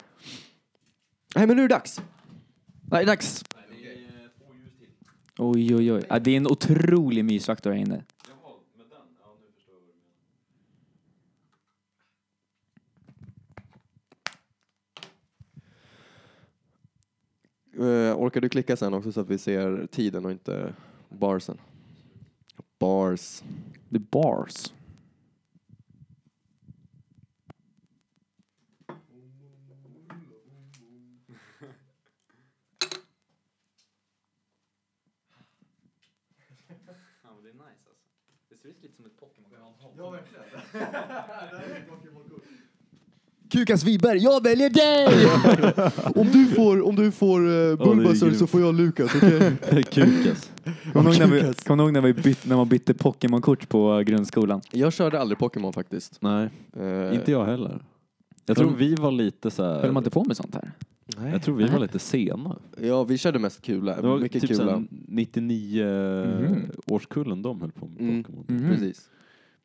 Nej men nu är det dags!
Nej, dags. Oj, oj, oj. Ja, det är en otrolig mysfaktor här inne.
Eh, orkar du klicka sen också så att vi ser tiden och inte barsen? Bars.
The bars.
Kukas Wiberg, jag väljer dig! om du får, om du får uh,
det är grymt.
får jag Lukas, okej?
[LAUGHS] Kukas.
Kommer du ihåg när vi,
Kukas.
kom ihåg när vi bytte, när man bytte Pokémon-kort på eh, grundskolan?
Jag körde aldrig Pokémon faktiskt.
Nej,
Eh,
inte jag heller. Jag tror vi var lite så här,
Höll man inte på med sånt här?
nej.
Jag tror vi var lite sena.
Ja, vi körde mest kula.
Det var
Mycket
typ
kula.
99-årskullen de höll på med
Mm.
Pokémon.
Mhm.
Precis.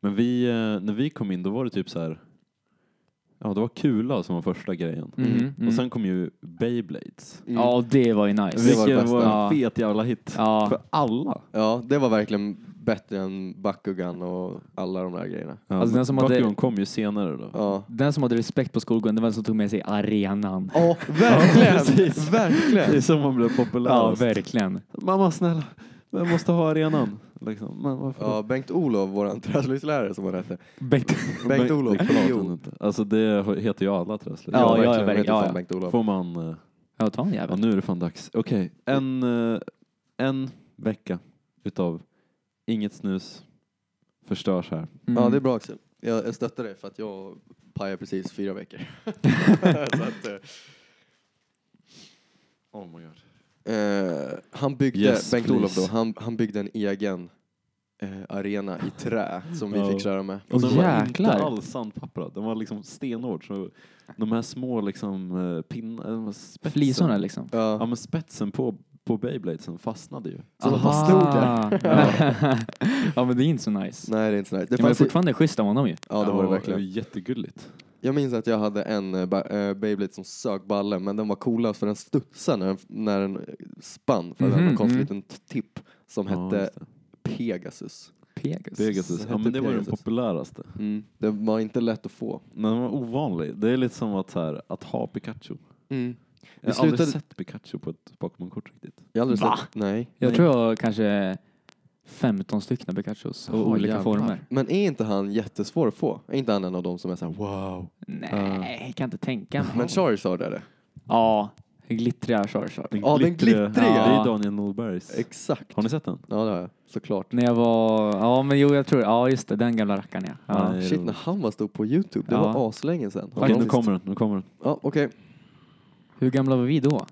Men vi, eh, när vi kom in då var det typ så här. Ja, det var kula som var första grejen.
Mhm, mm.
Och sen kom ju Beyblades.
Mm.
Ja, det var ju nice.
Det var det
Vilken
bästa.
var en
Ja.
fet jävla hit.
Ja. Alltså,
För alla.
Ja, det var verkligen bättre än Bakugan och alla de där grejerna.
Ja,
Alltså,
men
den som hade-
Bakugan kom ju senare då.
Ja.
Den som hade respekt på skolgården, det var den som tog med sig arenan.
Ja, verkligen! verkligen!
Det är så man blev populär.
Ja, verkligen.
Mamma snälla, jag måste ha arenan. Liksom. Men varför
Ja, Bengt-Olof, vår träslöjdslärare som han hette.
Bengt.
då?
Bengt-Olof,
Men-
förlåt.
förlåt, inte. Alltså det heter ju alla träslet.
Ja, ja,
verkligen.
ja,
Jag heter
ja,
fan
ja.
Bengt-Olof.
Får man... eh,
Ja, ta en
Ja,
jävel.
nu är det fan dags. Okej, en, eh, en vecka utav inget snus förstörs här.
Mm.
Ja, det är bra Axel. Jag, jag stöttar dig för att jag pajar precis fyra veckor. Så att, eh,
Oh my god.
Eh, han byggde,
Yes,
Bengt-Olof då,
please.
han, han byggde en egen eh, arena i trä som vi
Ja.
fick köra med.
Och
Åh,
den var
jäklar.
inte alls sandpapprad. Den var liksom stenhård. Så de här små liksom eh, pinnar...
Flisorna liksom.
Ja
Ja.
men spetsen på, på Beybladesen fastnade ju.
Så de
Aha.
bara stod där.
ja. [LAUGHS] ja men det är inte så nice.
Nej, det är inte så nice. Det
Det var ju
fanns ju,
fortfarande schysst av honom ju.
ja, det var det
var
verkligen.
Jättegulligt.
Jag minns att jag hade en eh, ba- eh, Beyblade som sög ballen, men den var coolast för den studsade när den, när den eh, spann för den
Mhm,
var en konstig
mm.
liten t- tipp som
Ja,
hette
just det.
Pegasus.
Pegasus.
Pegasus.
hette
Ja men det var den
Pegasus.
populäraste.
Mm. Det var inte lätt att få.
Men den var ovanlig. Det är lite som att, så här, att ha Pikachu. Mm. Jag har aldrig
slutade-
sett Pikachu på ett Pokémon-kort riktigt.
Jag har aldrig
Va?
sett. Nej.
Jag
nej.
tror jag har kanske 15 stycken Pikachus och
Åh,
olika
jävlar.
former.
Men är inte han jättesvår att få? Är inte han en av dem som är så här wow?
Nej, jag kan inte tänka mig.
Men Charizard är det.
Ja, glittriga Charizard.
Ja, den glittriga.
Det är Daniel Norbergs.
Exakt.
Har ni sett den?
Ja, det har jag. Såklart.
När jag var, ja men jo jag tror, ja just det, den gamla rackaren ja. ja.
Nej,
Shit, när han var stor på Youtube, det
Ja.
var aslänge sen.
Okej, nu
Faktiskt.
kommer den. Nu kommer den.
Ja, okej.
Hur gamla var vi då?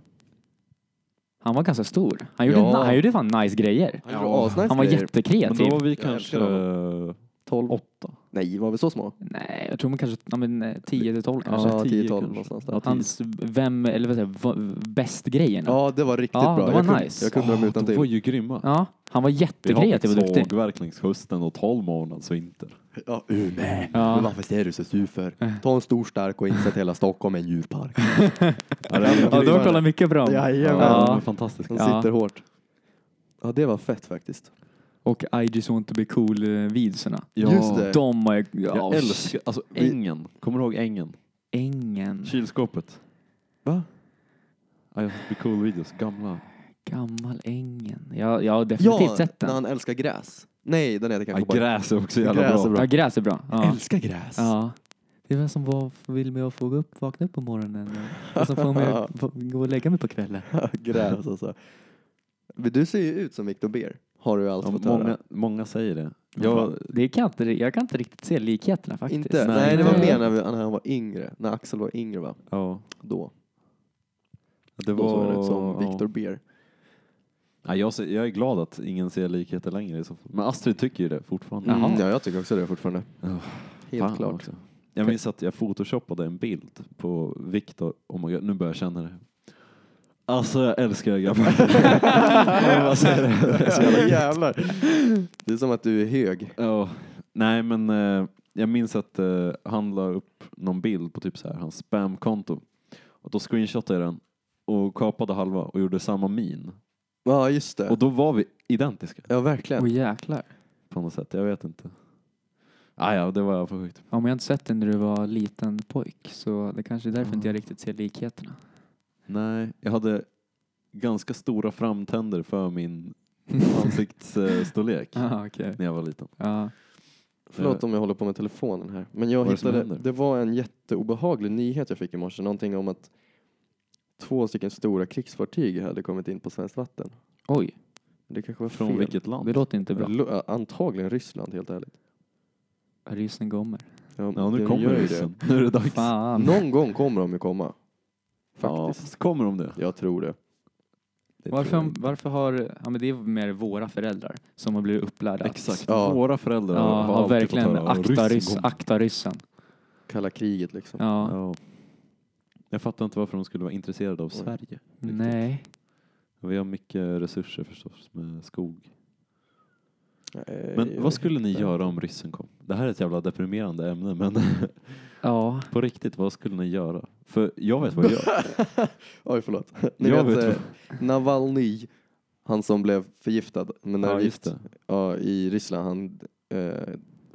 Han var ganska stor. Han gjorde,
Ja.
na- han gjorde fan nice grejer.
Han gjorde asnice
Han var
grejer.
Men
jättekreativ.
då var vi
Jag
kanske...
älskar
Tolv. Åtta.
Nej, var vi så små?
Nej, jag tror man kanske, ja men eh, 10-12 kanske.
Ja, 10-12
kanske.
någonstans där.
Ja, tio.
Hans, vem, eller vad säger jag, va- bäst-grejen.
Ja, det var riktigt
Ja,
bra.
de var
jag kunde,
nice.
jag kunde dem
Åh,
utan
De var ju grymma.
Ja, han var jättekreativ och duktig.
sågverkningskusten och alltså tolv månaders vinter.
Ja, Umeå.
Ja. Eh.
Men varför ser du så sur för? Ta en stor stark och inse att hela Stockholm är en
[LAUGHS]
djurpark.
Ja, det är
Ja, du har kollat mycket bra.
Jajamän.
ja. de
Ja.
är fantastiska.
De
Ja.
sitter hårt. Ja, det var fett faktiskt.
Och I just want to be cool-videorna.
Ja.
Just det.
eh, De har jag...
Jag
Ja,
älskar, alltså
Vi-
ängen. Kommer du ihåg ängen?
Ängen.
Kylskåpet.
Mm. Va?
Ja, jag fick cool videos. Gamla.
Gammal Ängen. Jag, jag har definitivt sett
när
den.
han älskar gräs. Nej, den
Ja,
heter kanske bara...
gräs är också jävla
Gräs
bra.
är bra.
Ja, gräs är bra. Ja.
Älskar gräs.
ja. Det är vem som var, vill mig att få gå upp, vakna upp på morgonen. Och som får mig att få- gå och lägga mig på kvällen.
[LAUGHS] gräs alltså. Men du ser ju ut som Victor Beer. Har du allt
Ja,
fått
många,
höra.
många säger det. Jag,
det kan jag, inte, jag kan inte riktigt se likheterna faktiskt.
Inte? Nej,
Nej.
det var
Nej.
mer när, vi, när han var yngre. När Axel var yngre va?
ja,
Då.
det
Då såg han
var...
ut som
ja.
Victor Beer.
Ja, jag, ser, jag är glad att ingen ser likheter längre i så fall. Men Astrid tycker ju det fortfarande.
Jaha.
Mm, ja, jag tycker också det fortfarande.
Ja,
Helt
Oh, fan
klart.
också. [LAUGHS] Jag minns att jag photoshoppade en bild på Viktor. Oh my God, nu börjar jag känna det. Alltså jag älskar er
[LAUGHS]
grabbar. [LAUGHS] Jag bara säger det. Det är så jävla-
jävlar. Det är som att du är hög.
Ja. Nej men eh, jag minns att eh, han la upp någon bild på typ så här hans spamkonto. Och då screenshotade jag den och kapade halva och gjorde samma min.
Ja, just det.
Och då var vi identiska
Ja, verkligen.
Åh jäklar.
på något sätt. Jag vet inte. Ah, ja, det var för sjukt.
Ja, men jag har inte sett den när du var liten pojk så det kanske är därför inte jag riktigt ser likheterna.
Nej, jag hade ganska stora framtänder för min ansiktsstorlek
ah, okej.
när jag var liten.
Ja.
Förlåt om jag håller på med telefonen här. Men jag
Eh. Vad är det som
hittade, det,
händer?
var en jätteobehaglig nyhet jag fick i morse. Någonting om att två stycken stora krigsfartyg hade kommit in på svenskt vatten.
Oj,
Det kanske var
Från
fel.
vilket land?
det låter inte bra.
Lo- Antagligen Ryssland helt ärligt.
Ryssen kommer.
Ja, nu
det
kommer
gör ju
det. sen. [LAUGHS] Nu är det dags.
Fan.
Någon gång kommer de ju komma.
Ja,
Faktiskt.
fast kommer de det?
Jag tror det.
det tror jag
Varför,
inte.
varför har, ja men det är mer våra föräldrar som har blivit upplärda. att-
Exakt.
Ja.
Våra föräldrar
Ja,
har
har
alltid
verkligen
fått höra,
akta,
"Ryssen
ryss,
kommer."
akta ryssen.
Kalla kriget liksom.
Ja.
Ja. Jag fattar inte varför de skulle vara intresserade av Sverige. riktigt.
Nej.
Vi har mycket resurser förstås med skog.
Eh,
Men
jag
vad
vet
skulle ni
inte.
göra om ryssen kom? Det här är ett jävla deprimerande ämne men [LAUGHS]
Ja.
på riktigt, vad skulle ni göra? För jag vet vad jag gör.
[LAUGHS] Oj, förlåt. [LAUGHS] Ni
Jag
vet,
vet
eh, Navalny, han som blev förgiftad, men när
Ja,
gift,
just det.
Ja, i Ryssland, han eh,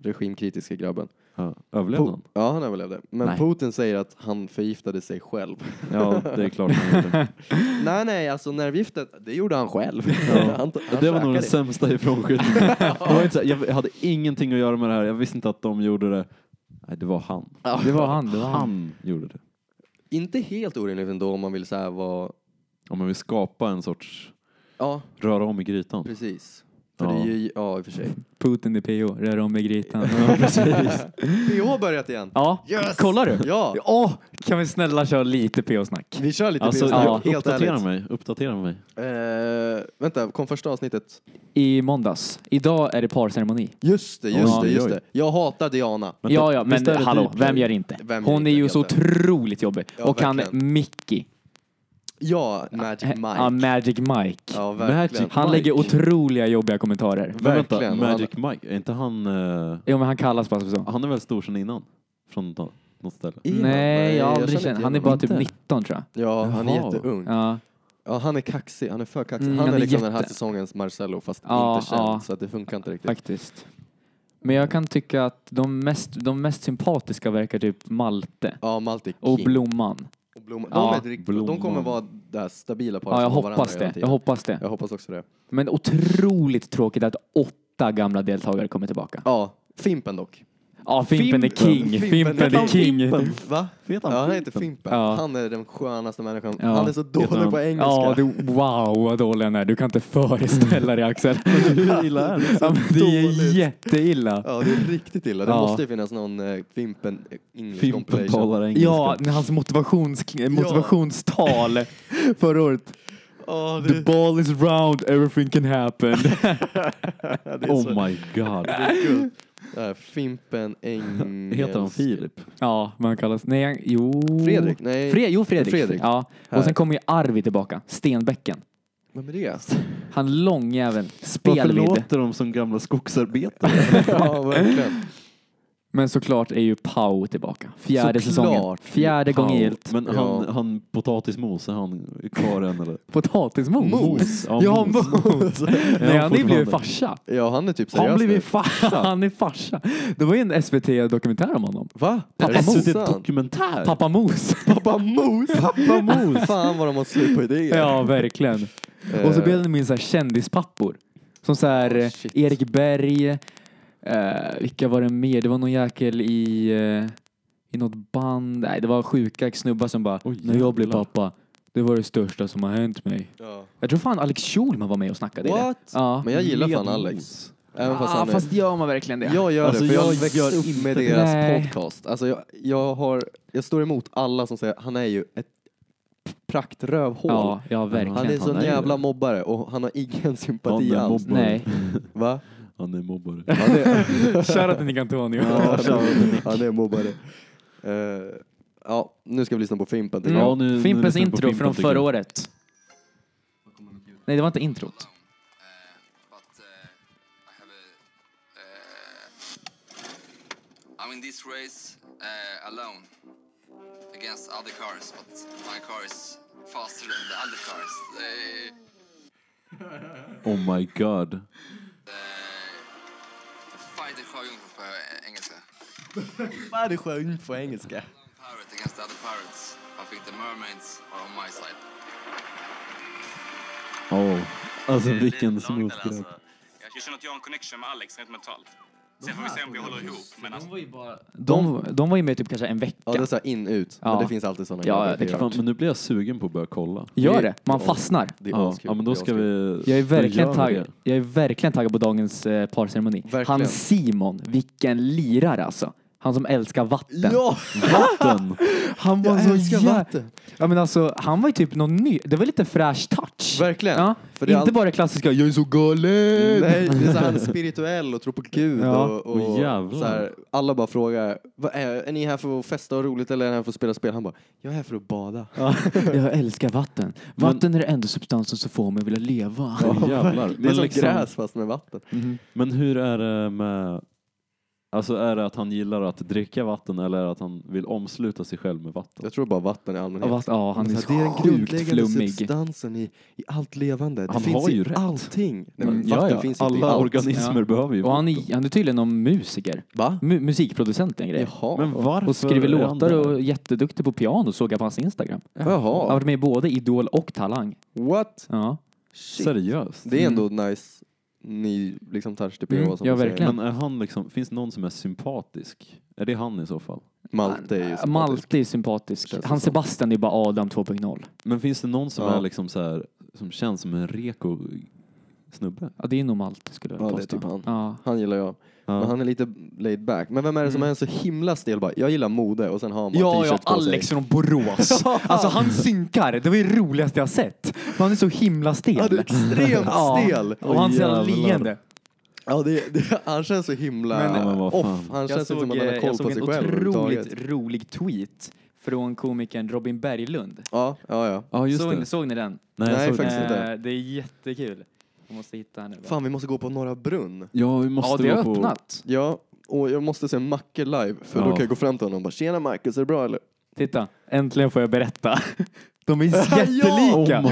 regimkritiska grabben.
Ja. Överlevde han?
Po- ja, han överlevde. Men
Nej.
Putin säger att han förgiftade
[LAUGHS]
sig själv.
Ja, det är klart han gjorde.
[LAUGHS] nej, nej, alltså nervgiftet, det gjorde han själv.
Ja.
[LAUGHS] han, t- han
Det var nog den
käkade.
sämsta
[LAUGHS]
ifrånskjutningen. Det var inte så här, jag hade ingenting att göra med det här. Jag visste inte att de gjorde det. Nej, det var han.
Det var han, det var han.
Han gjorde det.
Inte helt orimligt ändå om man vill så här vara...
Om man vill skapa en sorts
Ja,
röra om i grytan.
precis. För
Ja.
det är ju, ja i och för sig.
Putin i PO, rör om i grytan.
PH har börjat igen.
[LAUGHS] ja,
Yes!
kollar du?
Ja,
Åh, kan vi snälla köra lite PO-snack?
vi kör lite
Alltså,
PH,
ja,
helt
uppdatera
ärligt.
mig. Uppdatera mig.
Eh, vänta, kom första avsnittet?
I måndags. Idag är det parceremoni.
Just det, just
Ja,
det, just
oj.
det. Jag hatar Diana.
Vänta,
ja, ja, men
visst är det typ-
hallå,
dyrt?
vem gör inte?
Vem gör
Hon
inte,
är ju
helt
så
rätt.
otroligt jobbig.
Ja,
Och han
verkligen.
Mickey.
Ja, Magic Mike.
Ja, Magic Mike.
Ja, verkligen.
Magic.
Han
Mike.
lägger otroliga jobbiga kommentarer.
Men vänta,
Verkligen.
Magic Mike, är inte han... eh,
Jo, men han kallas bara så.
han är väl stor sedan innan? Från nå- något ställe?
Ian,
Ah, Nej, jag har aldrig
känner
känt.
inte
Han är
Ian.
bara typ
Inte?
19 tror jag.
Ja, han är
Jaha.
jätteung.
Ja.
Ja, han är kaxig. Han är för kaxig.
Mm,
han,
han
är
är
liksom den här
jätte-
säsongens Marcello fast
Ja,
inte känd.
ja.
Så att det funkar inte riktigt.
Faktiskt. Men jag kan tycka att de mest, de mest sympatiska verkar typ Malte
Ja, Malte
och
King.
Blomman.
Och Blom. De,
Ja,
är direkt, de kommer
Blomman.
vara där stabila par
Ja,
som
jag
har varandra
hoppas
hela
det.
tiden.
Jag hoppas det.
Jag hoppas också det.
Men otroligt tråkigt att åtta gamla deltagare kommer tillbaka.
Ja, Fimpen dock.
Ja, Fimpen är king.
Fimpen.
Fimpen är king.
Va?
Vet
Ja,
han
han
Fimpen?
heter Fimpen.
Ja.
Han är den skönaste människan.
Ja.
Han är så dålig
han?
på engelska.
Ja, du, wow vad dålig han är. Du kan inte föreställa dig
[LAUGHS]
Axel.
[LAUGHS] Hur illa är det?
Ja, men det är
Dåligt.
jätteilla.
Ja, det är riktigt illa. Det
Ja.
måste ju finnas någon eh, Fimpen eh, English
Fimpen
compilation.
talar engelska.
Ja, hans motivations, motivationstal förra året.
Ja, det,
The ball is round, everything can happen.
det är så
Oh my god.
kul. Eh,
[LAUGHS]
Fimpen Engelsk.
Heter han Filip?
Ja, man kallas... Nej, han- jo...
Fredrik? Nej.
Fre jo, Fredrik.
Fredrik.
Ja.
Här.
Och sen kommer ju Arvid tillbaka, Stenbäcken.
Vem är det?
Han långjäveln,
Varför
spelvidd.
låter de som gamla skogsarbetare?
[LAUGHS] ja, verkligen.
Men såklart är ju Pau tillbaka. Fjärde
Såklart.
säsongen. Fjärde
Pau.
gången gillt.
Men han,
Ja.
han potatismos, är han kvar än eller?
Potatismos?
Mos. Ja,
Ja,
mos.
mos. [LAUGHS] Nej, han är
fortfarande.
blivit farsa.
Ja, han är typ seriös
Han
nu.
blivit farsa. [LAUGHS] Han är farsa. Det var ju en SVT-dokumentär om honom.
Va?
Pappa
Är det
SVT
sant?
Dokumentär?
Pappa Mos.
Pappa Mos!
Pappa mos!
Fan vad de har slut på idéer.
[LAUGHS] ja, verkligen.
Eh,
Och så blev de min så här kändispappor. Som så här
Oh,
eh,
shit.
Erik Berg, eh, vilka var det mer? Det var någon jäkel i, eh, i något band. Nej, det var sjuka snubbar som bara,
Oj,
när jag blev
jävlar."
pappa, det var det största som har hänt mig.
ja.
Jag tror fan Alex Schulman var med och snackade i
What?
det. Ja.
Men jag gillar fan
Med
Alex.
mos.
Även fast
ah,
han är...
fast gör man verkligen det?
Jag gör
Alltså,
det, för jag,
jag gör
växte upp
inte
med
det.
deras
Nej.
podcast. Alltså, jag, jag, har, jag står emot alla som säger han är ju ett praktrövhål.
ja, ja, verkligen.
han är en
han är
sån
ju
jävla
det.
mobbare och han har ingen sympati
Han är
alls.
mobbare.
[LAUGHS]
Nej.
Va?
Han är mobbare.
Han är,
Shoutout till Nick Antonio.
ja, han är- han är mobbare. Eh, ja, nu ska vi lyssna på Fimpen. tycker
Mm.
Ja, nu- nu
Fimpens
lyssnar vi på
intro
Fimpen,
från
tycker
förra
jag.
året. Nej, det var inte introt.
Uh, but uh, I have a. Uh, I'm in this race uh, alone against other cars, but my car is faster than the other cars. They,
Oh my god.
they fight the car på engelska.
jag. Fan, det sjöng på engelska.
Alone pirate against the other pirates. I think the mermaids are on my side.
Oh. Alltså vilken
Lite långt
smooth
där,
grabb.
alltså. Jag känner att jag har en connection med Alex rent mentalt. Sen får vi se om vi håller ihop. Men alltså,
De, de var ju med typ kanske en vecka.
Ja, det är såhär in, ut.
Ja.
Men det finns alltid sådana
Ja,
grabbar
ja, det är
på
Fan,
klart.
men nu blir jag sugen på att börja kolla.
Gör det, man
Ja.
fastnar.
Det är
Ja,
askul.
ja men då
Det är
ska
askul.
vi...
Jag är verkligen
då gör vi
taggad.
det.
Jag är verkligen taggad på dagens eh, parceremoni.
Verkligen.
Han Simon, vilken lirare alltså. Han som älskar vatten.
Ja!
[LAUGHS]
Vatten!
han
Jag älskar
jä-
vatten.
Ja men alltså, han var ju typ någon ny. Det var lite fräsch touch.
Verkligen.
Ja.
För det är
Inte
allt-
bara det klassiska, jag
[LAUGHS]
är så galen.
Nej, det är så här, han är spirituell och tror på Gud.
Ja.
Och, och
Åh, jävlar.
så här, alla bara frågar, "Vad är, är ni här för att festa och roligt eller är ni här för att spela spel? Han bara, jag är här för att bada.
jag älskar vatten. Vatten är den enda substansen som får mig att vilja leva. [LAUGHS]
Åh, jävlar.
Det är
Men
som
liksom-
gräs fast med vatten.
Men hur är det med... Alltså är det att han gillar att dricka vatten eller är det att han vill omsluta sig själv med vatten?
Jag tror bara vatten i
Ja,
allmänhet.
vad- ja han är
Så här, det är den
så sjukt
grundläggande
flummig.
substansen i, i allt levande. Det
Han
finns
har
i
ju rätt.
allting. Nej, men
Mm, Ja,
vatten
ja.
finns inte i
Alla
allt.
organismer
Ja.
behöver ju
Och han
vatten.
är, han är tydligen någon musiker.
Va?
Mu musikproducent en grej.
Jaha.
Men varför
Och skriver
är han
låtar
där?
och är jätteduktig på piano såg jag på hans Instagram. Han har
Jaha.
varit med i både Idol och Talang.
What?
Ja.
Shit.
Seriöst?
Det är ändå nice ny liksom touch till PH
Mm,
som
ja,
man säger.
verkligen.
Men är han liksom, finns det någon som är sympatisk? Är det han i så fall?
Malte är ju
Ah,
sympatisk.
Malte är sympatisk.
Känns det
Han
som.
Sebastian är bara Adam 2.0.
Men finns det någon som
Ja.
är liksom så här, som känns som en reko snubbe?
Ja, det är nog Malte skulle jag
Ja,
ja,
det är
påstå.
typ han.
Ja.
Han gillar jag.
Ja.
Men han är lite laid back. Men vem är det som är så himla stel bara? Jag gillar mode och sen har man
Mm. Ja, ja,
t-shirt på
Alex
sig.
från [LAUGHS] Borås. alltså han synkar. Det var ju det roligaste jag sett. För Han är så himla stel.
Ja, du är extremt
[LAUGHS] Ja.
stel.
Och hans jävla
Jävlar.
leende.
Ja, det, det, han känns så himla
Men-
Ja, men vad fan.
off. Han
Jag
känns inte
såg,
som att han har
eh, jag
koll på
såg en
sig själv överhuvudtaget.
otroligt rolig tweet från komikern Robin Berglund.
Ja, ja, ja.
Ja, just
såg,
det.
ni, såg ni den?
Nej,
Nej,
jag såg
faktiskt
det.
inte.
Eh, det är jättekul. Jag måste hitta henne. bara.
Fan, vi måste gå på Norra Brunn.
Ja, vi
ja,
måste
det
gå
har
på...
öppnat.
Ja, och jag måste se Macke live, för då
Ja.
kan jag gå fram till honom och bara “Tjena Marcus, är det bra eller?”
Titta, äntligen får
[LAUGHS]
jag berätta. [LAUGHS] De är
Ja,
jättelika.
oh my
De är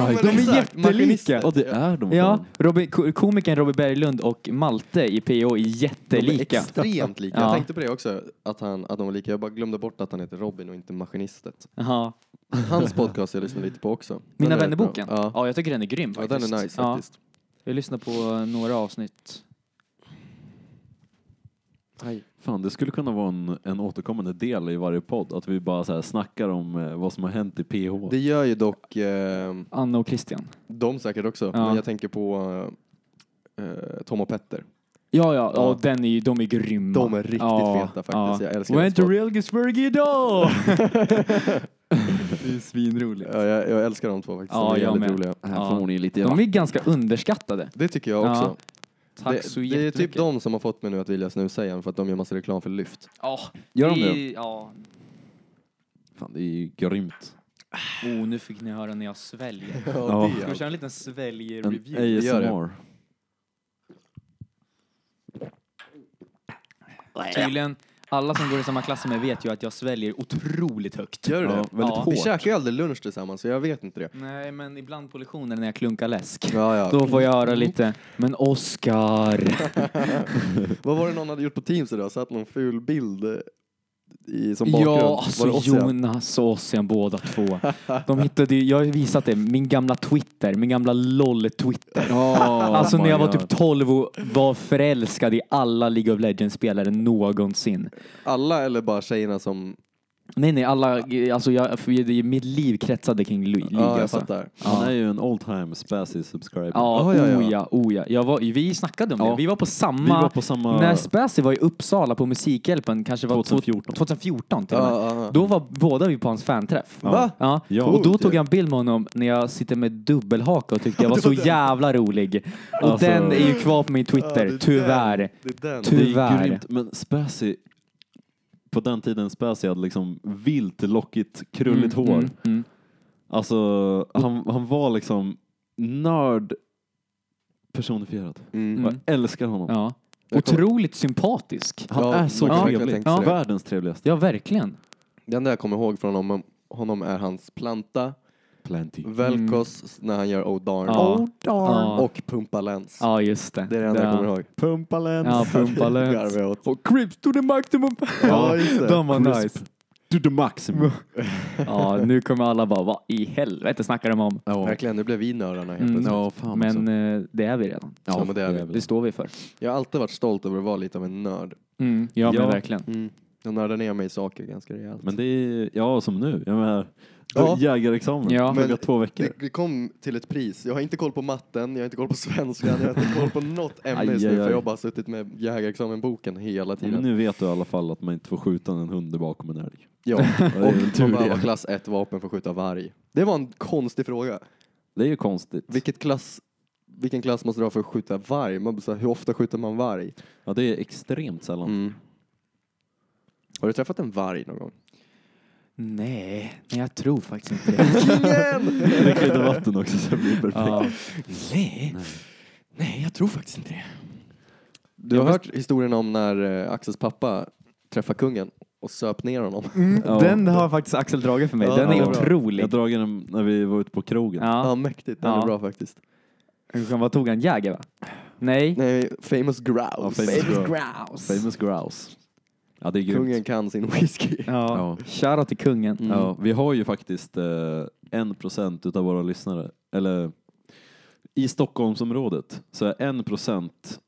Mackinister.
jättelika.
Ja, det är de.
Ja,
fan.
Robin, ko- komikern Robin Berglund och Malte i PO är
De är
jättelika.
extremt lika.
Ja.
Jag tänkte på det också, att, han, att de var lika. Jag bara glömde bort att han heter Robin och inte Maskinistet.
Ja.
Hans podcast jag lyssnar lite på också. Den
Mina
är rätt bra.
vännerboken. Ja.
Ja.
jag tycker den är grym
ja,
faktiskt.
den är nice
Ja,
faktiskt.
Jag lyssnar på några avsnitt.
Fan, det skulle kunna vara en, en återkommande del i varje podd. Att vi bara så här snackar om eh, vad som har hänt i PH.
Det gör ju dock eh,
Anna och Christian.
de säkert också,
Ja.
men jag tänker på eh, eh, Tom och Petter.
Ja, ja,
Ja.
ja. Den är, ju- de är grymma.
De är riktigt feta faktiskt. Jag älskar
We're
deras
into
podd.
real
[LAUGHS]
Gisberg idag! det är svinroligt.
Ja, jag, jag älskar de två faktiskt.
Ja,
de är
jag
jävligt
med.
roliga.
här
Ja.
förmodligen lite
De är ganska underskattade.
Det tycker jag
Ja.
också.
Tack
det,
så
det är
jättemycket.
typ de som har fått mig nu att vilja snusa igen för att de gör massa reklam för [LAUGHS] Lyft.
Ja,
Gör de
vi-
det?
Ja.
Fan, det är ju grymt.
Oh, nu fick ni höra när jag sväljer.
Ja.
Ska vi köra en liten svälj-review?
En
gör det.
ASMR.
Tydligen, alla som går i samma klass som mig vet ju att jag sväljer otroligt högt.
Gör du
Ja,
det?
väldigt
Ja.
Vi
hårt.
käkar ju aldrig lunch tillsammans så jag vet inte det.
Nej, men ibland på lektioner när jag klunkar läsk.
Ja, ja.
Då får jag höra lite, men
[LAUGHS]
Oscar.
Vad var det någon hade gjort på Teams idag? Satt någon ful bild eh, i, som bakgrund?
Ja,
var
alltså
det Ossian?
Jonas och Ossian båda två. De hittade ju, jag har ju visat det, min gamla Twitter, min gamla LOL-Twitter.
Oh
Oh
alltså när jag var typ 12 och var förälskad i alla League of Legends-spelare någonsin.
Alla eller bara tjejerna som...
Nej, nej, alla, alltså jag, för mitt liv kretsade kring Lu- League.
Ja, jag
alltså.
fattar.
Han är ju en all time spazzy subscriber.
Ja,
Ja, ja,
oh,
ja.
ja, ja. Oh, ja. Jag var, vi snackade om
Ja.
det. Vi var på samma...
Vi var på samma-
När Spacey var i Uppsala på Musikhjälpen, kanske var
2014.
2014 till och med.
Ja, ja, ja.
Då var båda vi på hans fanträff.
Va?
Ja.
Ja.
Och då
Coolt
tog
ju.
jag en bild med honom när jag sitter med dubbelhaka
[LAUGHS]
och tyckte jag var så jävla rolig. Och
Alltså-
den är ju kvar på min
Ja,
Twitter,
det är
tyvärr.
den. Det är den.
Ty-
det är
Tyvärr.
grymt. Men spazzy, på den tiden spazzy hade liksom vilt, lockigt, krulligt hår.
Mm, mm.
Alltså, han, han var liksom nörd personifierad.
Mm.
Mm.
Jag älskar honom.
Ja.
Jag kommer-
Otroligt sympatisk.
Han
Ja,
är så
man kan verkligen
trevlig.
tänka sig det.
Världens trevligaste.
Ja, verkligen.
Det enda jag kommer ihåg från honom, honom är hans planta,
Plenty.
Velkos när han gör Oh Darn
Mm. Ja. Oh
darn.
Ja.
och Pumpa Lens.
Ja, just det.
Det är det enda
ja.
jag kommer ihåg.
Pumpa lens.
Ja, pumpa
Det
lens.
garvar jag åt.
Och Crips to the maximum.
Ja, just det.
De var
Crisp.
nice.
To the maximum.
Ja, nu kommer alla bara, vad i helvete snackar de om?
Ja,
Verkligen, nu blev vi nördarna helt
Mm.
plötsligt.
ja fan
Men
också.
eh, det är vi redan.
Ja, men det är vi.
väl-
Det står vi för.
Jag har alltid varit stolt över att vara lite av en nörd.
Mm, ja,
Ja.
men verkligen.
Jag nördar ner mig i saker ganska rejält.
Men det är, ja som nu, jag menar,
Ja.
jägarexamen,
Ja.
ja.
Men-
två veckor.
Det, det kom till ett pris. Jag har inte koll på matten, jag har inte koll på svenskan, jag har inte koll på något ämne
Aj,
just nu
aj,
för
aj.
jag har bara suttit med jägarexamenboken hela
Ja,
tiden.
men nu vet du i alla fall att man inte får skjuta en hund bakom en älg.
Ja,
är
och
väl tur
man behöver
det.
ha klass 1 vapen för att skjuta varg. Det var en konstig fråga.
Det är ju konstigt.
Vilket klass, vilken klass måste du ha för att skjuta varg? Man, bara så här, hur ofta skjuter man varg? Mm.
Ja, det är extremt sällan.
Har du träffat en varg någon gång?
Nej, nej, jag tror faktiskt inte [LAUGHS] det.
Drick lite vatten också så blir det perfekt.
ja.
Nej. Nej, jag tror faktiskt inte det. Du
Jag
har
måste-
hört historien om när eh, Axels pappa träffade kungen och söp ner honom.
Ja.
Den har faktiskt Axel dragit för mig.
Ja,
Den
ja,
är
bra.
Jag
otrolig.
drog den när vi var ute på krogen.
Ja,
Ja.
mäktigt. Den är
Ja.
bra faktiskt.
Han Vad tog han? Jäger, va? Nej.
Nej, famous grouse.
Ja, famous grouse.
Grouse.
Famous grouse. Ja, det är grymt.
Kungen kan sin whisky.
Ja.
Ja.
Shoutout till kungen.
Ja, vi har ju faktiskt eh, en procent utav våra lyssnare, eller i Stockholmsområdet så är en procent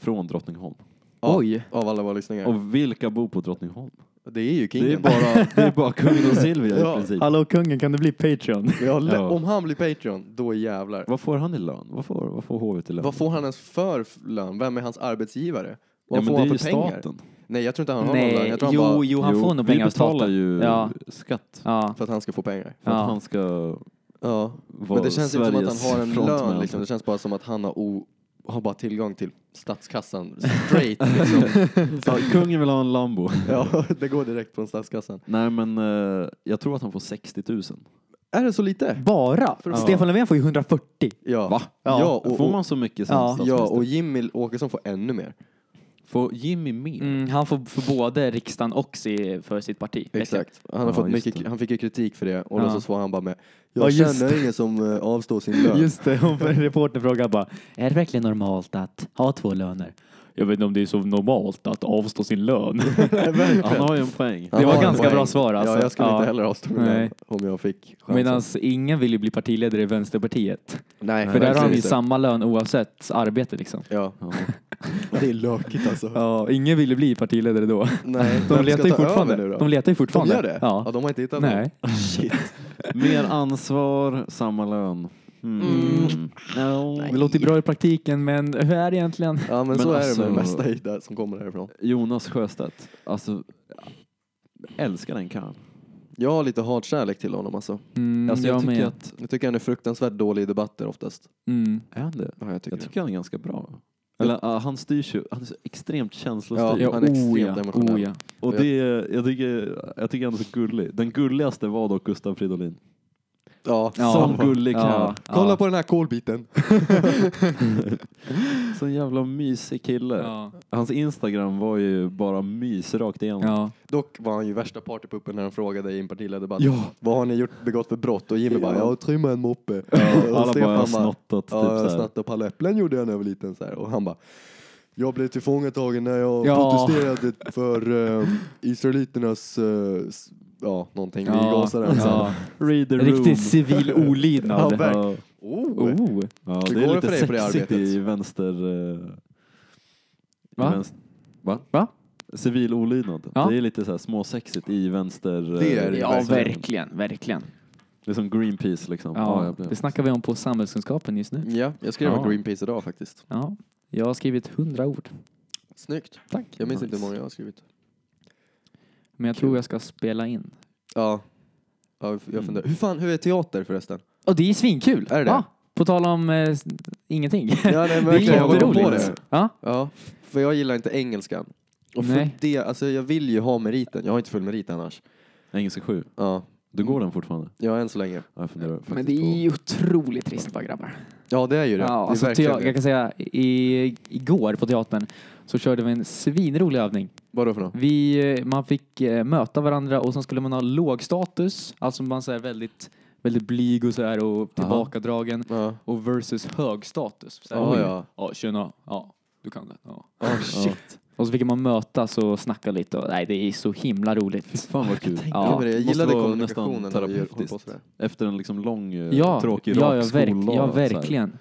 från Drottningholm.
Ja,
Oj.
Av alla våra lyssningar. [LAUGHS]
Och vilka bor på Drottningholm?
Det är ju kingen.
Det är bara, det är bara kungen och Silvia
Ja.
i princip.
Hallå kungen, kan du bli Patreon?
[LAUGHS] Ja, lä-
Ja.
Om han blir Patreon, då jävlar.
Vad får han i lön? Vad får, vad får hovet i lön?
Vad får han ens för f- lön? Vem är hans arbetsgivare? Vad
ja, men
får
det är
han
ju
för pengar?
staten.
Nej, jag tror inte han har någon lön.
Nej,
Jag tror han
jo,
bara
jo, han
Jo,
får nog pengar av
Vi betalar
staten.
ju
Ja.
skatt
Ja.
för att han ska få pengar.
för
Ja.
att han ska
Ja.
vara
Men det känns inte som att
Sveriges
han har en
frontman.
lön. Liksom. Det känns bara som att han har, o- har bara tillgång till [LAUGHS] statskassan straight. Liksom.
Ja, kungen vill ha en Lambo.
[LAUGHS] ja, det går direkt från statskassan.
Nej, men eh, jag tror att han får 60 000.
Är det så lite?
Bara?
För-
Stefan Löfven får ju 140.
Ja.
Va?
Ja,
Ja,
och,
får
och,
man så mycket som
Ja.
statsminister?
ja, och Jimmy Åkesson får ännu mer.
Får Jimmy mer?
Mm, han får för både riksdagen och si- för sitt parti.
Exakt. Han, har
Ja,
fått
just
mycket,
det.
han fick ju kritik för det och
Ja.
då så svarade han bara med
Ja,
Jag
just
känner ingen som eh, avstår sin lön.
Just det, hon en reporter frågar bara, är det verkligen normalt att ha två löner? Jag vet inte om det är så normalt att avstå sin lön.
Han har ju en poäng.
Han
var
har en
ganska
poäng.
bra svar, alltså.
Ja, jag skulle
Ja.
inte heller avstå min
Nej.
lön om jag fick chansen.
[LAUGHS] Medan ingen vill ju bli partiledare i Vänsterpartiet.
Nej,
För där har
verkligen
de ju
inte.
samma lön oavsett arbete liksom.
[LAUGHS] Ja.
Ja.
Det är lökigt alltså.
Ja, ingen ville bli partiledare då.
Nej,
De
vem
letar
ska
ju
ta
fortfarande.
över nu då?
De letar ju
De
fortfarande.
gör det? Ja.
Ja.
de har inte hittat
Nej.
någon. Shit.
Mer ansvar, samma lön. Mm. No.
Det låter ju bra i praktiken, men hur är det egentligen?
[LAUGHS] Ja, men, så
alltså-
är det med det mesta i där som kommer härifrån.
Jonas Sjöstedt, alltså jag älskar den karln.
Jag har lite hatkärlek till honom alltså.
Mm,
Alltså, jag,
jag
tycker
med.
att,
Jag tycker han är fruktansvärt dålig i debatter oftast.
Mm.
är han det?
Ja, jag tycker
Jag tycker han är ganska bra. Eller ah, han styrs ju, han är så extremt
Ja,
känslostyrd.
Ja,
han är extremt
oh ja,
emotionell.
oh ja.
Och det, är- jag tycker, jag tycker han är så gullig. Den gulligaste var dock Gustav Fridolin.
det. Ja.
Ja.
Som gullig karl.
Ja, ja.
Kolla på den här kolbiten.
Sån jävla mysig kille.
Ja.
Hans Instagram var ju bara mys rakt igenom.
Ja.
Dock var han ju värsta partypuppen när han frågade i en partiledardebatt.
Ja.
Vad har ni gjort begått för brott? Och Jimmy bara, jag har trimmat en moppe. [LAUGHS] Och
Alla bara,
Stefan
jag har snottat.
Ja,
typ
jag
så
har
här.
snattat palläpplen gjorde jag när jag var liten. Så här. Och han bara, jag blev tillfångatagen när jag
Ja.
protesterade för eh, israeliternas, eh, s- ja någonting, vi
Ja.
gasade den. så här.
Ja.
Read the room.
Riktigt
[LAUGHS]
civil olydnad.
alltså. Ja, verkligen.
Ja,
Oh.
Oh.
ja,
Hur
det
går
är
det för dig
lite
på det
sexigt
arbetet?
i vänster... eh, i
Va?
vänster- Va?
Va?
Civil olydnad.
Ja.
Det är lite så här småsexigt i vänster... eh,
Det är det
Ja, verkligen, verkligen.
Det är som Greenpeace liksom. Ja,
Ja,
jag blev-
det snackar vi om på samhällskunskapen just nu.
Ja, jag skrev
Ja.
om Greenpeace idag faktiskt.
Ja, jag har skrivit hundra ord.
Snyggt.
Tack.
Jag minns
Nice.
inte hur många jag har skrivit.
Men jag tror jag ska spela in.
Ja. Ja, jag
Mm.
funderar. Hur fan, hur är teater förresten?
Och det är svinkul.
Är det det?
Ja, på tal om eh, s- ingenting.
Ja, nej, men
[LAUGHS] [LAUGHS] det är
verkligen, jag kom på
jätteroligt.
det.
Ja,
Ja, för jag gillar inte engelskan. Och
Nej.
för det, alltså jag vill ju ha meriten. Jag har inte full merit annars.
Engelska 7.
Ja,
Du går den fortfarande?
ja än så länge.
Ja, Jag funderar faktiskt
men det är ju otroligt trist bara grabbar.
Ja, det är ju det. det
Ja,
är
alltså,
verkligen
jag,
det.
jag kan säga i, igår på teatern så körde vi en svinrolig övning.
Vadå för något?
Vi, eh, man fick eh, möta varandra och sen skulle man ha låg status, alltså man så här väldigt, väldigt blyg och så här och tillbakadragen.
Ja.
Och versus hög status. Så här,
Ja,
oj,
ja.
ja, tjena, ja, du kan det. Ja.
Oh, shit.
Och så fick man mötas och snacka lite. Och, nej, det är så himla roligt.
Fan vad kul.
Ja.
Ja, men jag
Måste
gillade
vara
kommunikationen
nästan
när vi höll på
terapeutiskt.
sådär.
Efter en liksom lång, eh,
Ja,
tråkig
ja,
rak
ja, verk,
skoldag,
ja
så här.
verkligen.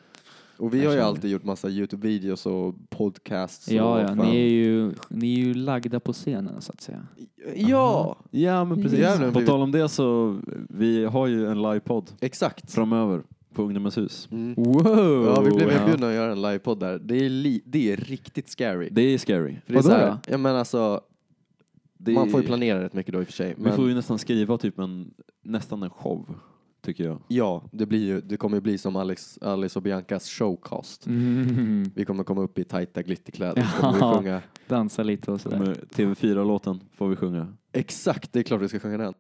Och vi
Jag
har ju
känner.
alltid gjort massa Youtube-videos och podcasts.
Ja,
och
ja,
fan.
ni är, ju, ni är ju lagda på scenen så att säga.
ja
Ja, men precis.
Jävlar,
på
vi-
tal om det så, vi har ju en livepodd
exakt. Mm.
framöver på Ungdomens hus.
Wow!
Ja, vi blev
Oh, ja.
inbjudna att göra en livepodd där. Det är, li- det är riktigt scary.
Det är scary.
För det är
Vadå
så här,
då?
ja, men alltså,
Det
man får
är-
ju planera rätt mycket då i och för sig.
Vi
Men
får ju nästan skriva typ en, nästan en show, tycker jag.
ja, det, blir ju, det kommer ju bli som Alex, Alice och Biancas showcast.
Mm,
Vi kommer komma upp i tajta glitterkläder. Så kommer vi
Ja.
sjunga.
dansa lite och sådär.
Med TV4-låten får vi sjunga.
Exakt, det är klart vi ska sjunga den.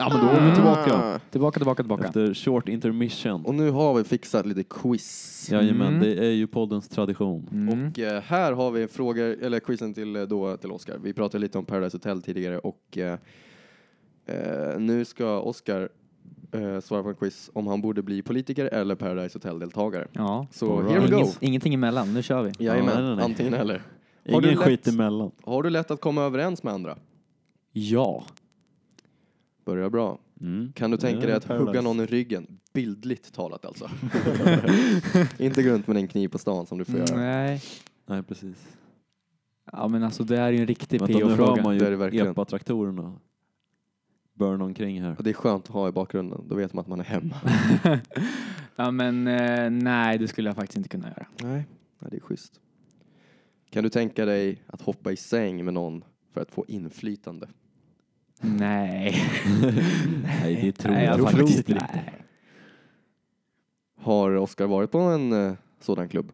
Ja, men då är vi
Ah.
tillbaka.
Ah. Tillbaka, tillbaka, tillbaka.
Efter short intermission.
Och nu har vi fixat lite quiz.
Jajamän,
Mm.
det är ju poddens tradition.
Mm.
Och eh, här har vi frågor, eller quizen till, eh, då, till Oscar. Vi pratade lite om Paradise Hotel tidigare och eh, eh, nu ska Oscar eh, svara på en quiz om han borde bli politiker eller Paradise Hotel-deltagare.
Ja.
Så here we go!
Inget, ingenting emellan, nu kör vi.
Jajamän,
Ja, nej, nej, nej.
antingen eller. Har du
Ingen
lätt-
skit emellan.
Har du lätt att komma överens med andra?
Ja.
Börjar bra.
Mm.
Kan du tänka
Ja,
dig att
Paradise.
hugga någon i ryggen? Bildligt
[LAUGHS]
talat alltså. Inte gå runt med en kniv på stan som du får göra.
Nej.
Nej, precis.
Ja men alltså det här är ju en riktig
Vänta, nu hör
PO-fråga.
man
Det är det
ju
verkligen.
epatraktorerna burn omkring
[LAUGHS]
här.
Och det är skönt att ha i bakgrunden. Då vet man att man är hemma.
[LAUGHS] Ja men eh, nej, det skulle jag faktiskt inte kunna göra.
Nej, nej det är schysst. Kan du tänka dig att hoppa i säng med någon för att få inflytande?
Nej.
Nej, det tror
Nej,
jag,
tror
faktiskt
inte.
inte.
Nej.
Har Oskar varit på en eh, sådan klubb?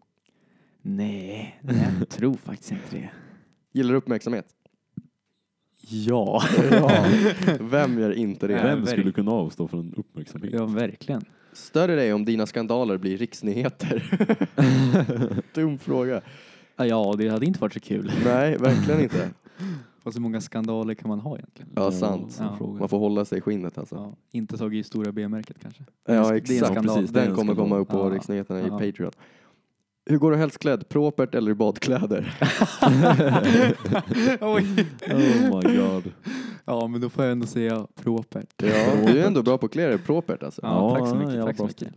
Nej, jag tror faktiskt inte det.
Gillar du uppmärksamhet?
Ja.
[LAUGHS] Ja. Vem gör inte det?
Nej.
Vem skulle kunna avstå från uppmärksamhet?
Ja, verkligen.
Stör det dig om dina skandaler blir riksnyheter? Dum fråga.
Ja, Ja, det hade inte varit så kul.
Nej, verkligen inte.
Och så många skandaler kan man ha egentligen?
Ja, sant.
Ja.
Man får hålla sig i skinnet alltså.
Ja, inte tagit i stora B-märket kanske? det är
Ja,
en
exakt.
skandal.
Precis,
Det är
den
en
kommer
skandal.
komma upp på
Ja.
riksnyheterna i
Ja.
Patreon. Hur går du helst klädd? Propert eller i badkläder?
Oj.
Oh my god.
Ja, men då får jag ändå säga propert.
Ja, du är ändå bra på att klä dig propert alltså.
Ja,
Ja,
tack så mycket.
jävla
Tack så
bra
mycket.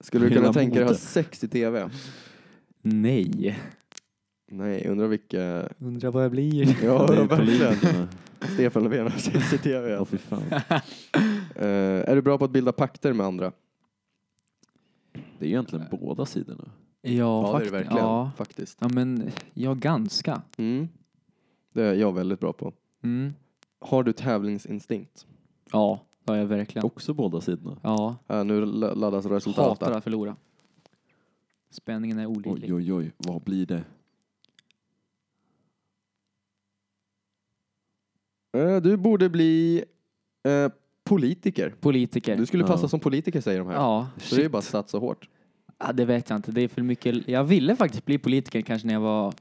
Skulle du kunna
Hela
tänka dig att ha
modet.
sex i tv?
Nej.
Nej, undrar vilka...
Undrar vad jag blir.
[LAUGHS] Ja,
det är
verkligen.
politikerna.
Stefan Löfven har sex i tv.
Ja, fy fan.
Eh, är du bra på att bilda pakter med andra?
Det är egentligen båda sidorna.
Ja,
det är du
faktiskt.
verkligen.
Ja.
Faktiskt.
ja, men jag ganska.
Mm. Det är jag väldigt bra på.
Mm.
Har du tävlingsinstinkt?
Ja, det har jag verkligen.
Också båda sidorna.
Ja,
Eh, nu la- laddas resultatet.
hatar att förlora. Spänningen är olidlig.
Oj, oj, oj. Vad blir det?
Eh, du borde bli eh, politiker.
Politiker.
Du skulle passa
Ja.
som politiker säger de här.
Ja.
Så det är bara att satsa hårt.
ja, det vet jag inte. Det är för mycket. Jag ville faktiskt bli politiker kanske när jag var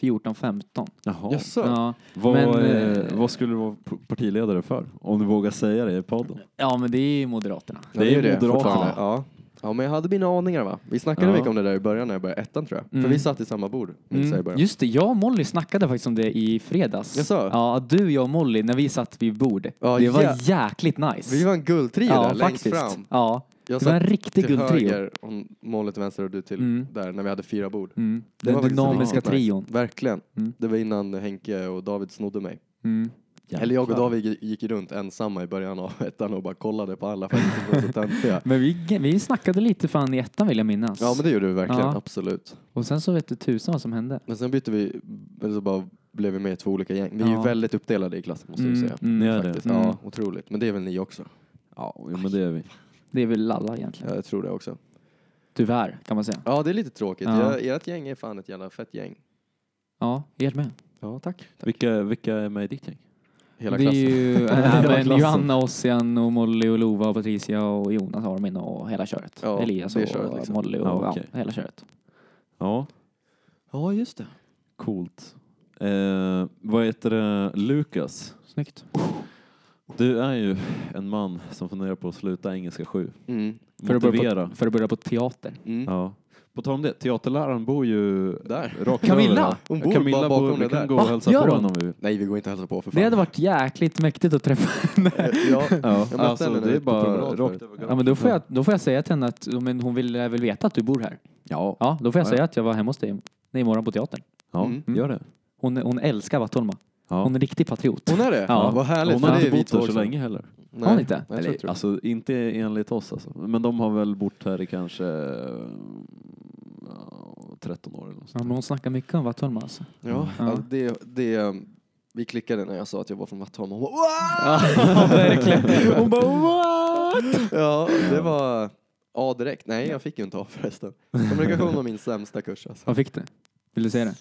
14-15.
Jaha.
Jaså?
Ja.
Vad,
Men,
eh,
eh,
vad skulle du vara p- partiledare för? Om du vågar säga det i podden.
ja, men det är ju Moderaterna.
Ja, det är ju det
Moderaterna.
fortfarande. Ja. ja, men jag hade mina aningar va? Vi snackade
Ja.
mycket om det där i början när jag började ettan tror jag.
Mm.
För vi satt i samma bord. Nils här i
Mm.
början.
Just det, jag och Molly snackade faktiskt om det i fredags.
Jaså?
Ja, du, jag och Molly, när vi satt vid bord.
Ja,
det var
jä-
jäkligt nice.
Vi var en guldtrio
ja,
där, längst
faktiskt.
fram.
Ja,
Jag
det var en
satt
riktig
till
guldtrio.
höger om målet till vänster och du till
Mm.
där när vi hade fyra bord.
Mm.
Det var
Den
faktiskt
dynamiska
riktigt nice.
trion.
Verkligen.
Mm.
Det var innan Henke och David snodde mig.
Mm.
Eller jag och David gick- gick runt ensamma i början av [LAUGHS] ettan och bara kollade på alla för att de var så
[LAUGHS]
töntiga.
Men vi, vi snackade lite fan i ettan vill jag minnas.
Ja men det gjorde vi verkligen,
Ja.
absolut.
Och sen så vet du tusan vad som hände.
Men sen bytte vi, eller så bara blev vi med i två olika gäng. Vi är ju
Ja.
väldigt uppdelade i klassen måste jag
Mm,
säga.
mm.
Ja, det är
Faktiskt.
det.
Ja,
Mm.
otroligt. Men det är väl ni också?
Ja, jo, men det är vi.
Det är väl alla egentligen.
Ja, jag tror det också.
Tyvärr kan man säga.
Ja, det är lite tråkigt.
Ja.
Ja, ert gäng är fan ett jävla fett gäng.
Ja, helt med.
Ja, tack.
Vilka, vilka är med i ditt gäng?
Hela
det är
klassen.
[LAUGHS] ju
Hela
nej, men
klassen.
Johanna, Ossian och Molly och Lova och Patricia och Jonas Armin och hela köret.
Ja,
Elias
det
och
är köret, liksom.
Molly och
Ja,
ja,
okej.
hela köret.
Ja,
Ja, just det.
coolt. Eh, vad heter det? Lukas.
Snyggt.
Du är ju en man som funderar på att sluta engelska 7.
Mm.
För att, börja
Motivera.
på, för att börja på teater.
Mm.
Ja. På tal om det, teaterläraren bor ju
Där.
rakt
Camilla!
över här.
Hon bor bara
Camilla
bakom
bor,
det
vi
där.
kan gå
Va?
och hälsa
Gör
på
hon?
henne om vi vill.
Nej, vi går inte och hälsar på för fan.
Det hade varit jäkligt mäktigt att träffa henne.
[LAUGHS] Ja,
Ja,
mötte
alltså
henne
det är
ute på
bara
promenad
rakt
förut.
över
Ja, men då, får jag, då får jag säga till henne att ja, men hon vill eh, väl veta att du bor här.
Ja,
Ja, då får jag
Ja,
säga att jag var hemma hos dig nej, imorgon på teatern.
ja
Mm.
gör det.
Hon, hon älskar Vattholma.
Ja.
Hon är riktig patriot.
Hon är det?
Ja.
Vad härligt.
Hon
för
har
det
inte
är vi
bott
två
här så
också.
länge heller.
Nej.
Har hon inte?
Nej, jag tror
Eller,
inte det.
alltså inte enligt oss alltså. Men de har väl bott här i kanske eh, ja, 13 år eller något
Ja,
sånt.
men hon snackar mycket om Vattholma alltså.
Ja,
Mm.
Ja.
ja, det, det, um, vi klickade när jag sa att jag var från Vattholma. Hon bara, "Wow!"
Ja, [LAUGHS]
[LAUGHS]
verkligen. Hon bara what?
Ja, det var A direkt. Nej, jag fick ju inte A förresten. Kommunikation var min sämsta kurs alltså.
Vad fick du? Vill du säga det?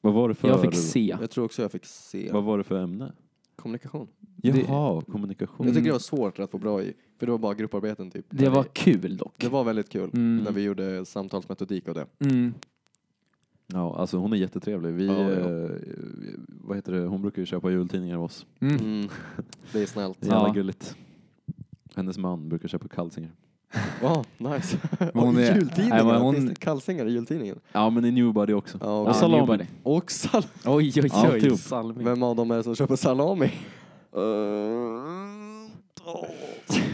Vad var det för,
Jag fick se.
Jag tror också jag fick C.
vad var det för ämne?
Kommunikation.
Jaha, kommunikation.
Jag tycker det var svårt att få bra i, för det var bara grupparbeten typ.
Det
Men
var kul dock.
det var väldigt kul
Mm.
när vi gjorde samtalsmetodik och det.
Mm.
Ja, alltså hon är jättetrevlig. Vi,
Ja, ja.
eh, vad heter det, hon brukar ju köpa jultidningar av oss.
Mm.
[LAUGHS] Det är snällt.
[LAUGHS] Det är jävla
Ja.
gulligt. Hennes man brukar köpa kalsingar.
Ja, nice.
Hon
och
är-
jultidningen,
Nej, men
finns det
hon...
kalsingar i jultidningen?
Ja, men i Newbody också.
Ja,
och
ja,
salami.
Newbody.
Och sal
Oj, oj, oj.
Alltihop.
Salmi.
Vem av dem är det som köper salami? [LAUGHS]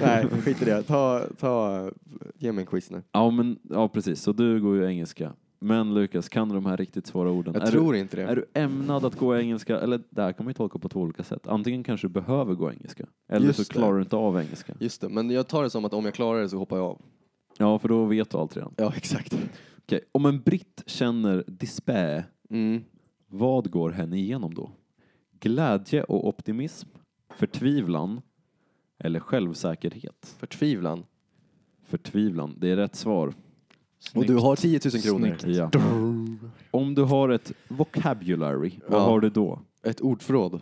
Nej, skit i det. Ta, ta, ge mig en quiz nu.
Ja, men, ja, precis. Så du går ju engelska. Men Lukas, kan du de här riktigt svåra orden?
Jag
är
tror
du,
inte det.
Är du ämnad att gå engelska? Eller det här kan man ju tolka på två olika sätt. Antingen kanske du behöver gå engelska. Eller
Just
så
det.
klarar du inte av engelska.
Just det, men jag tar det som att om jag klarar det så hoppar jag av.
Ja, för då vet du allt redan.
Ja, exakt.
Okej, Om en britt känner despair,
Mm.
vad går henne igenom då? Glädje och optimism? Förtvivlan? Eller självsäkerhet?
Förtvivlan.
Förtvivlan, det är rätt svar.
Och du har 10 000 kronor.
Ja. Om du har ett vocabulary, vad
Ja.
har du då?
Ett ordförråd.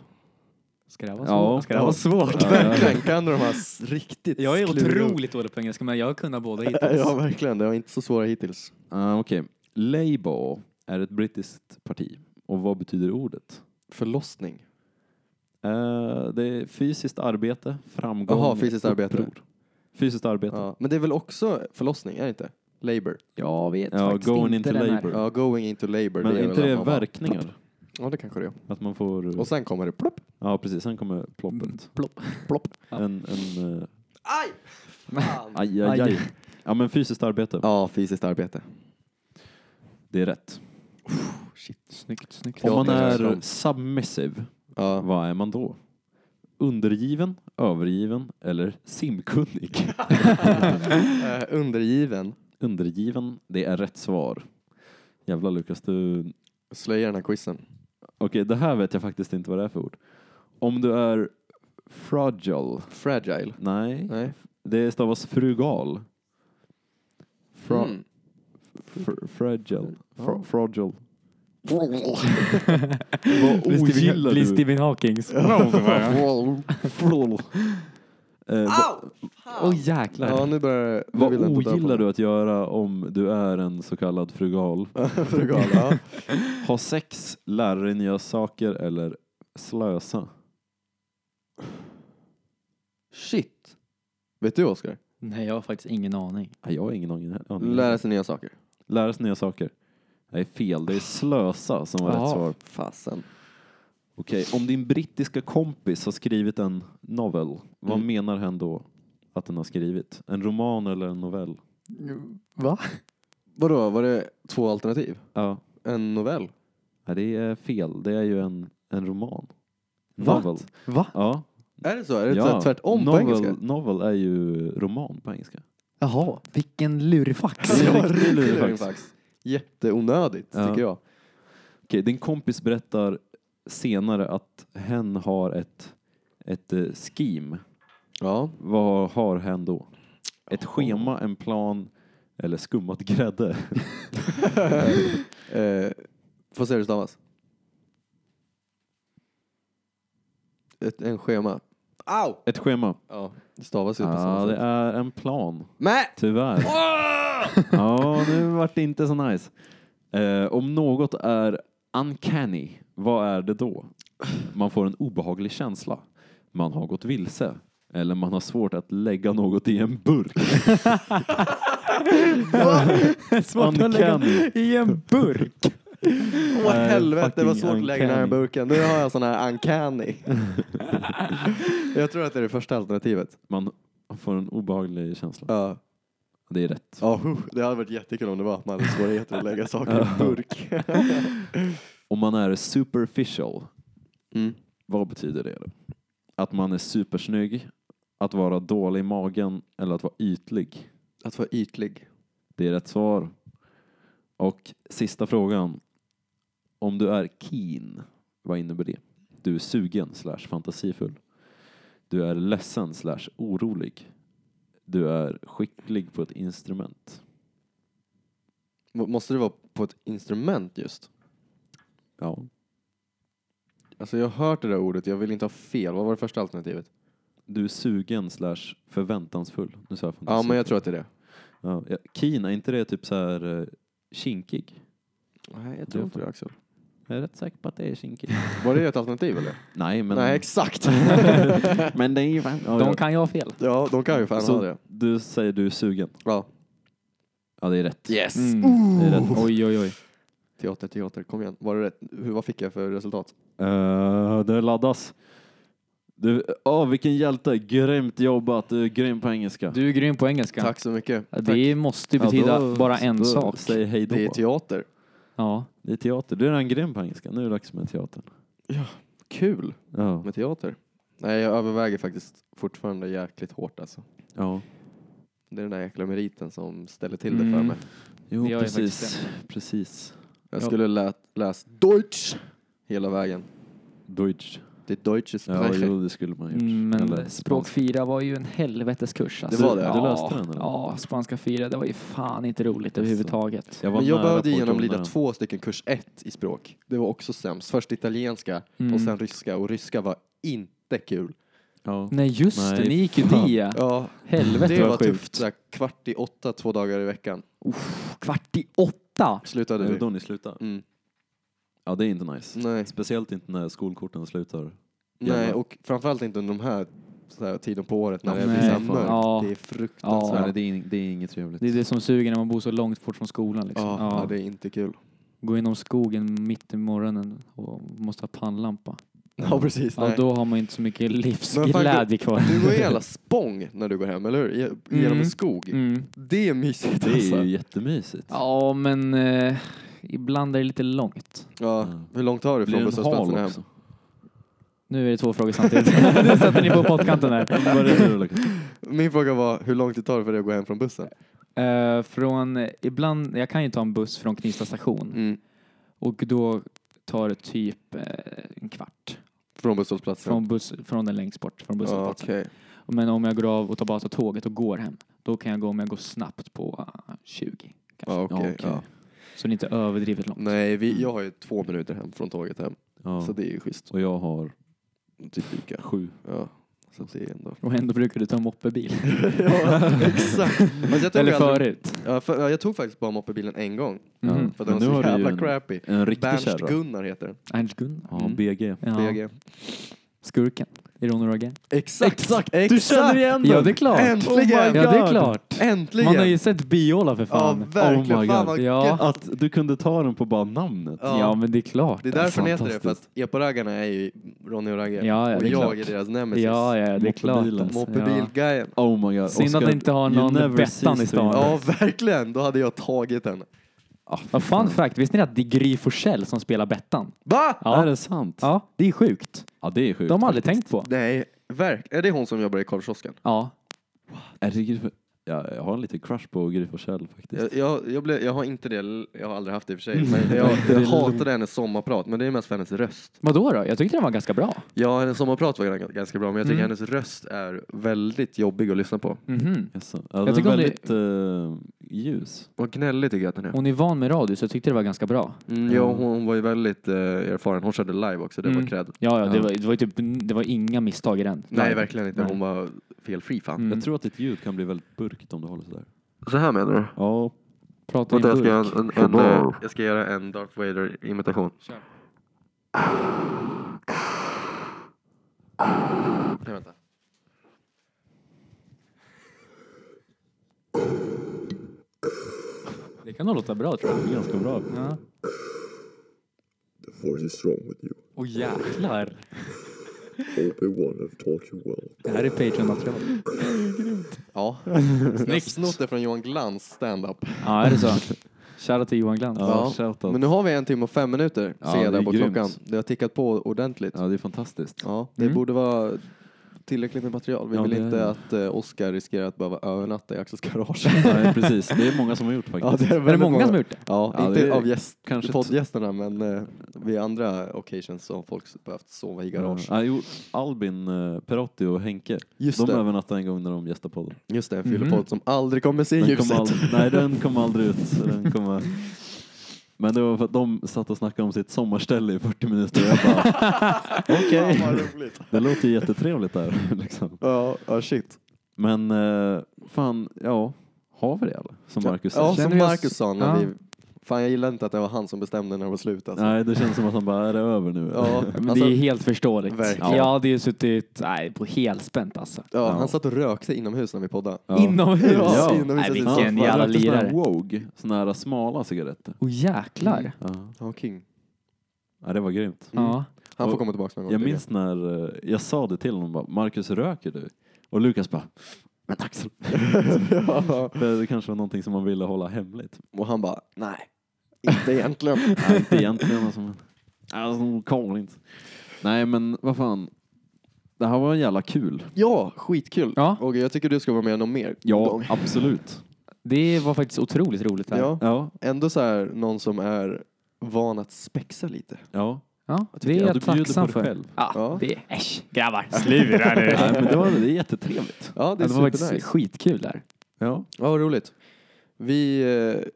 Ska det vara
Ja.
svårt? Ska det vara svårt?
Verkligen kan du de här s- riktigt
Jag är
kluriga-
otroligt dålig på engelska men jag har kunnat båda Oh, hittills.
Ja, verkligen. Det var inte så svåra hittills.
Ah, Okej. Labour är ett brittiskt parti. Och vad betyder ordet?
Förlossning.
Eh, det är fysiskt arbete, framgång,
Jaha, fysiskt arbete.
Fysiskt arbete.
Ja. Men det är väl också förlossning, är det inte? Labour.
Jag vet
Ja,
faktiskt
going
inte
into
den här.
labour.
Ja, going into labour.
Men
det
är
väl
inte
att
det
man bara-
verkningar?
Ja, det kanske det är.
Att man får...
Och sen kommer det plopp,
Ja, precis. Sen kommer ploppet.
Mm, Plopp.
plopp.
En, en, eh,
Aj! Fan.
aj, aj, aj. Ja, men fysiskt arbete.
Ja, fysiskt arbete.
Det är rätt.
Snyggt, snyggt.
Om
Ja,
man
det är
är
sant.
submissive,
Ja.
vad är man då? Undergiven, övergiven eller simkunnig? [LAUGHS] Mm.
Eh, undergiven.
Undergiven, det är rätt svar. Jävla Lukas, du... Okej,
Slöja den här quizen.
det här vet jag faktiskt inte vad det är för ord. Om du är fragile,
Fragile.
nej,
Nej.
det stavas frugal. Fra,
Mm.
fr, fragile, fr,
Ja. [LAUGHS]
fragile.
Vad
ogillar du?
Blir Stephen Hawking.
[LAUGHS]
Frol. Eh, va-
Åh jäklar.
Ja, nu börjar nu
vad
vill jag inte dö på
ogillar
mig.
du att göra om du är en så kallad frugal?
[LAUGHS] Frugal, ja.
Ha sex, lära dig nya saker eller slösa?
Shit. Vet du, Oskar?
Nej, jag har faktiskt ingen aning.
Nej, jag har ingen aning. aning.
Lära sig nya saker.
lära sig nya saker. Det är fel, det är slösa som var rätt
Jaha.
svar.
Fasen.
Okej, om din brittiska kompis har skrivit en novel,
Mm.
vad menar hen då att den har skrivit? En roman eller en novell?
Va?
Vadå, var det två alternativ?
Ja,
En novell?
nej, det är fel. Det är ju en, en roman.
Va?
Novel.
Va?
Ja.
Är det så? Är det
ja.
så här tvärtom
novel,
på engelska?
Novel är ju roman på engelska.
Jaha, vilken lurifax.
Det är
[LAUGHS] Ja,
riktigt
riktigt
lurigt
lurigt faktiskt. Jätteonödigt,
Ja.
tycker jag.
Okej, din kompis berättar senare att hen har ett, ett eh, scheme.
Ja.
Vad har hen då? Ett schema, en plan eller skummat grädde?
Eh, får se hur det stavas. Ett, en schema. Au!
Ett schema. typ
Ja, det stavas ju på
Ja,
samma
det
sätt.
är en plan.
Men!
Tyvärr.
Ah!
ja, nu vart det inte så nice. Eh, om något är uncanny, vad är det då? Man får en obehaglig känsla. Man har gått vilse. Eller man har svårt att lägga något i en burk. [LAUGHS]
Svårt att lägga
Uncanny.
i en burk.
Åh helvete,
fucking
vad svårt att lägga den här
uncanny.
burken. Nu har jag sån
[LAUGHS]
här uncanny. jag tror att det är det första alternativet.
Man får en obehaglig känsla.
Ja,
Det är rätt.
Ja, huh, det hade varit jättekul om det var att man hade svårigheter att lägga saker i en burk. [LAUGHS]
Om man är superficial,
Mm.
vad betyder det? då? Att man är supersnygg, att vara dålig i magen eller att vara ytlig?
Att vara ytlig.
Det är rätt svar. Och sista frågan. Om du är keen, vad innebär det? Du är sugen slash fantasifull. Du är ledsen slash orolig. Du är skicklig på ett instrument.
M- Måste det vara på ett instrument just?
Ja.
Alltså jag har hört det där ordet, jag vill inte ha fel. Vad var det första alternativet?
Du är sugen slash förväntansfull. Nu sa jag
Ja,
fantasifull.
men jag tror att det är det.
Ja, ja. Keen, är inte det typ så här eh, kinkig?
Nej, jag
tror
tror
inte
inte det Axel.
Jag är rätt säker på att det är kinkig.
Var [LAUGHS] det ett alternativ eller?
Nej, men...
Nej, exakt.
men det är ju... fan- Ja,
De
ja.
kan ju ha fel.
ja, de kan ju fan ha
Så
det.
du säger du är sugen?
Ja.
Ja, det är rätt.
Yes.
Mm.
Det är rätt.
Oj, oj, oj.
Teater, teater, kom igen. Var det rätt? Hur, vad fick jag för resultat?
Eh, det laddas. Du, åh, vilken hjälte. Grymt jobbat. Du är grym på engelska.
Du är grym på engelska.
Tack så mycket.
Ja, Det måste
Ja, då-
betyda bara en
då
sak.
Säg hej då.
Det är teater.
Ja.
Det är teater. Du är redan grym på engelska. Nu är det dags med teatern.
Kul
Ja.
med teater. Nej, jag överväger faktiskt fortfarande jäkligt hårt alltså.
ja.
Det är den där jäkla meriten som ställer till det
Mm.
för mig.
Jo,
Det gör jag
precis.
faktiskt
Precis.
Jag
Ja.
skulle lä- läst Deutsch hela vägen.
Deutsch.
Det är Deutsches
Ja,
Sprechen.
jo, det skulle man ha gjort. Eller
Mm, Men
spanska.
språk 4 var ju en helveteskurs. Alltså.
Mm, Det var det?
Ja,
Du löste den, eller?
Ja, spanska 4, det var ju fan inte roligt överhuvudtaget.
Jag var
Men jag
nära
behövde
på att
genomlida
glömma den.
två stycken kurs ett i språk. Det var också sämst. Först italienska
Mm.
och sen ryska. Och ryska var inte kul.
Ja.
Nej, just det,
Nej,
ni gick ju
fan.
det.
Ja,
Helvete
det
vad
var
sjukt.
typ såhär kvart i åtta två dagar i veckan.
Kvart i åtta!
Slutade
Är det
du?
då ni slutar?
Mm.
Ja, det är inte
Mm.
nice.
Nej.
Speciellt inte när skolkorten slutar.
Nej,
Jävlar.
och framförallt inte under de här, så här tiden på året när
Ja,
det
nej,
blir så här
fan.
mörkt.
Ja.
Det är
Ja.
fruktansvärt.
Nej, det, är, ing- det är inget trevligt.
Det är det som suger när man bor så långt bort från skolan. Liksom.
Ja,
Ja.
ja, det är inte kul.
Gå genom skogen mitt i morgonen och måste ha pannlampa.
Ja, precis.
Ja,
Nej.
då har man ju inte så mycket
Men fan, [LAUGHS]
livsglädje kvar.
Du går ju hela spång när du går hem, eller hur? Ge- Genom
Mm.
en skog.
Mm.
Det är mysigt
Det
[LAUGHS]
alltså.
är ju jättemysigt.
Ja, men eh, ibland är det lite långt.
Ja.
Ja.
Hur långt har du
Blir
från
det en
busshållplatsen
hal
hem?
också?
Nu är det två frågor samtidigt.
[LAUGHS]
nu sätter ni på pottkanten här.
[LAUGHS] Vad är det du lägger till?
Min fråga var, hur långt det tar för dig att gå hem från bussen?
Eh, från, eh, ibland, jag kan ju ta en buss från Knivsta station
Mm.
och då tar det typ eh, en kvart
Från busshållplatsen?
från, buss, från den längst bort, från
ja,
busshållplatsen.
okej.
Men om jag går av och tar bara tar tåget och går hem, då kan jag gå om jag går snabbt på eh, 20. Kanske.
Ja, okej. Mm.
Ja, okej. Mm.
ja.
Så det är inte överdrivet långt.
Nej, vi, jag har ju två minuter hem från tåget hem.
Ja.
Så det är ju schysst.
Och jag har
Typ lika.
sju.
Ja. Så det är
[LAUGHS]
ändå...
Och ändå brukar du ta en moppebil.
ja, exakt. Men jag tog
Eller
aldrig-
förut.
Ja, för, ja, jag tog faktiskt bara moppebilen en gång.
Mm.
För att
Men nu
den var
har
så
du ju
jävla
en-
crappy.
En riktig
Bernst
kärra.
Gunnar heter den.
Ernst Gunnar.
Ja,
Mm.
BG.
Ja.
BG.
Skurken i Ronny och Ragge.
Exakt!
Exakt! Du känner igen
Ja, det är klart.
Äntligen!
Ja, det är klart.
Äntligen!
Man har ju sett Biola för
ja,
fan.
verkligen.
Oh my
Fan
God.
vad
Ja.
gött.
Att du kunde ta den på bara namnet.
Ja.
Ja, men det är klart.
Det är därför ni heter det,
Fantastiskt.
för att eporaggarna är ju Ronny och Ragge.
Ja, ja,
och
det är
jag
klart.
är deras nemesis.
Ja, ja, det är klart.
Moppebilen.
alltså. Ja.
Moppebilguyen.
Oh my god.
Synd att
Oscar,
inte ha
you
någon
never
Bettan
cease
i
to
stan.
amaze.
Ja, verkligen. Då hade jag tagit den.
Ja, fun fact, visste ni att det är Gry Forssell som spelar Bettan?
Va?
Är det sant?
ja, det är sjukt.
Ja, det är sjukt.
De har aldrig tänkt på.
Nej, verkligen. Är det hon som jobbar i korvkiosken?
Ja,
Är det Gry- ja, jag har en liten crush på Gry Forssell faktiskt.
Jag, jag, jag, blev, jag har inte det, jag har aldrig haft det i och för sig,
Mm.
men
[LAUGHS]
jag, jag hatade hennes sommarprat, men det är mest för hennes röst.
vadå då? Jag tyckte den var ganska bra.
Ja, hennes sommarprat var gans- ganska bra, men jag
Mm.
tycker hennes röst är väldigt jobbig att lyssna på.
Mhm.
Jaså. Ja, den
Jag
är
tycker hon är-
väldigt eh, ljus.
Och gnällig tycker jag att den är.
Hon är van med radio så jag tyckte det var ganska bra.
Mm, ja, hon, hon var ju väldigt eh, erfaren. Hon körde live också, det
Mm.
var cred.
Ja, ja, det
Ja.
var, det var, ju typ, det var inga misstag i den.
Nej, verkligen inte.
Nej.
Hon var felfri fan.
Mm.
Jag tror att ditt ljud kan bli väldigt burkigt om du håller sådär.
Så här menar du?
Ja.
Pratar i
Vänta,
en
jag ska,
burk.
göra en, en, en, eh, jag ska göra en Darth Vader-imitation.
Kör.
Nej, vänta.
Det kan nog låta bra tror jag.
Det är ganska bra.
Ja.
The force is strong with you.
Åh jäklar.
Obi-Wan have taught you well.
Det här är Patreon-material.
[LAUGHS]
Ja.
Snyggt.
Snott det från Johan Glans stand-up.
Ja, är det så? Shoutout till Johan Glans.
Ja. shoutout.
Men nu har vi en timme och fem minuter,
Ja,
ser jag
det
där
är
på
grymt.
klockan. Det har tickat på ordentligt. Ja,
Ja, det är fantastiskt.
det
Mm.
borde vara tillräckligt med material. Vi
Ja,
vill
det är
inte
det.
att eh, Oscar riskerar att behöva övernatta i
[LAUGHS]
Axels garage. [LAUGHS]
Nej, precis. Det är många som har gjort faktiskt.
Är det många som har gjort det?
Ja,
Ja,
inte
det är
av gäst,
kanske
poddgästerna, men eh, vid andra occasions så har folk behövt sova i garage.
Ja, jo, Albin eh, Perotti och Henke.
Just
de
det.
övernattade en gång när de gästade podden.
Just det, en
Mhm.
fyllepodd som aldrig kommer se
Den kom
ljuset.
aldrig, nej, den kom aldrig ut. Den kom, eh, men det var för att de satt och snackade om sitt sommarställe i 40 minuter. Och jag bara,
[LAUGHS] Okej. Fan vad roligt.
[LAUGHS] det låter ju jättetrevligt där. [LAUGHS] Liksom.
Ja, ja, shit.
Men eh, fan, ja. Har vi det eller? Som Marcus
Ja,
säger.
som
vi oss-
Marcus sa när
Ja.
vi... Fan, jag gillar inte att det var han som bestämde när det var slut alltså.
Nej, det känns som att han bara, är det över nu?
Ja,
Men
alltså,
det är helt förståeligt.
Verkligen.
Jag hade ju suttit nej, på helspänt alltså.
ja, han satt och rökte inomhus när vi poddade.
Ja.
Inomhus?
Ja.
Nej,
Inomhus.
Ja,
vilken
fan,
jävla
han rökte såna här
lirare.
Wogue, såna här smala cigaretter.
Åh jäklar.
Ja.
Ja, king.
ja, det var grymt.
Mm. Ja.
Han får
Och
komma tillbaka någon gång.
Jag
tycker
minns när eh, jag sa det till honom, bara, Marcus röker du? Och Lukas bara, men Axel. [LAUGHS]
ja.
För det kanske var någonting som man ville hålla hemligt.
Och han bara, nej, inte egentligen. [LAUGHS]
Nej, inte egentligen. Alltså, men, alltså, kom inte. Nej, men vad fan. Det här var jävla kul.
ja, skitkul.
Ja.
Och jag tycker du ska vara med någon mer gång.
absolut.
Det var faktiskt otroligt roligt. Det här.
Ja.
Ja,
Ändå så här, någon som är van att spexa lite.
ja.
Ja, det är
jag.
jag
Du bjuder på
tacksam
dig
för.
själv.
Ja,
Ja.
Det, äsch, grabbar, slura nu.
Nej, men det, var, det är jättetrevligt.
Ja, det
det,
är
det var faktiskt
supernice.
skitkul där.
Ja.
Ja, vad roligt. Vi, eh,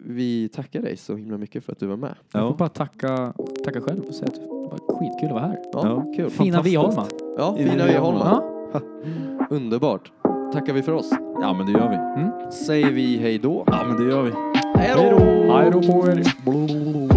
vi tackar dig så himla mycket för att du var med.
Jag
Ja.
får bara tacka, tacka själv och säga att det var skitkul att vara här.
Ja,
Ja.
kul.
Fina
Fantastiskt.
Viholma.
Ja, fina Öjeholmar.
Ja.
Underbart. Tackar vi för oss.
ja, men det gör vi.
Säger vi hej då.
Ja, men det gör vi.
Hej då!
Hej då på er.
Blå, blå, blå.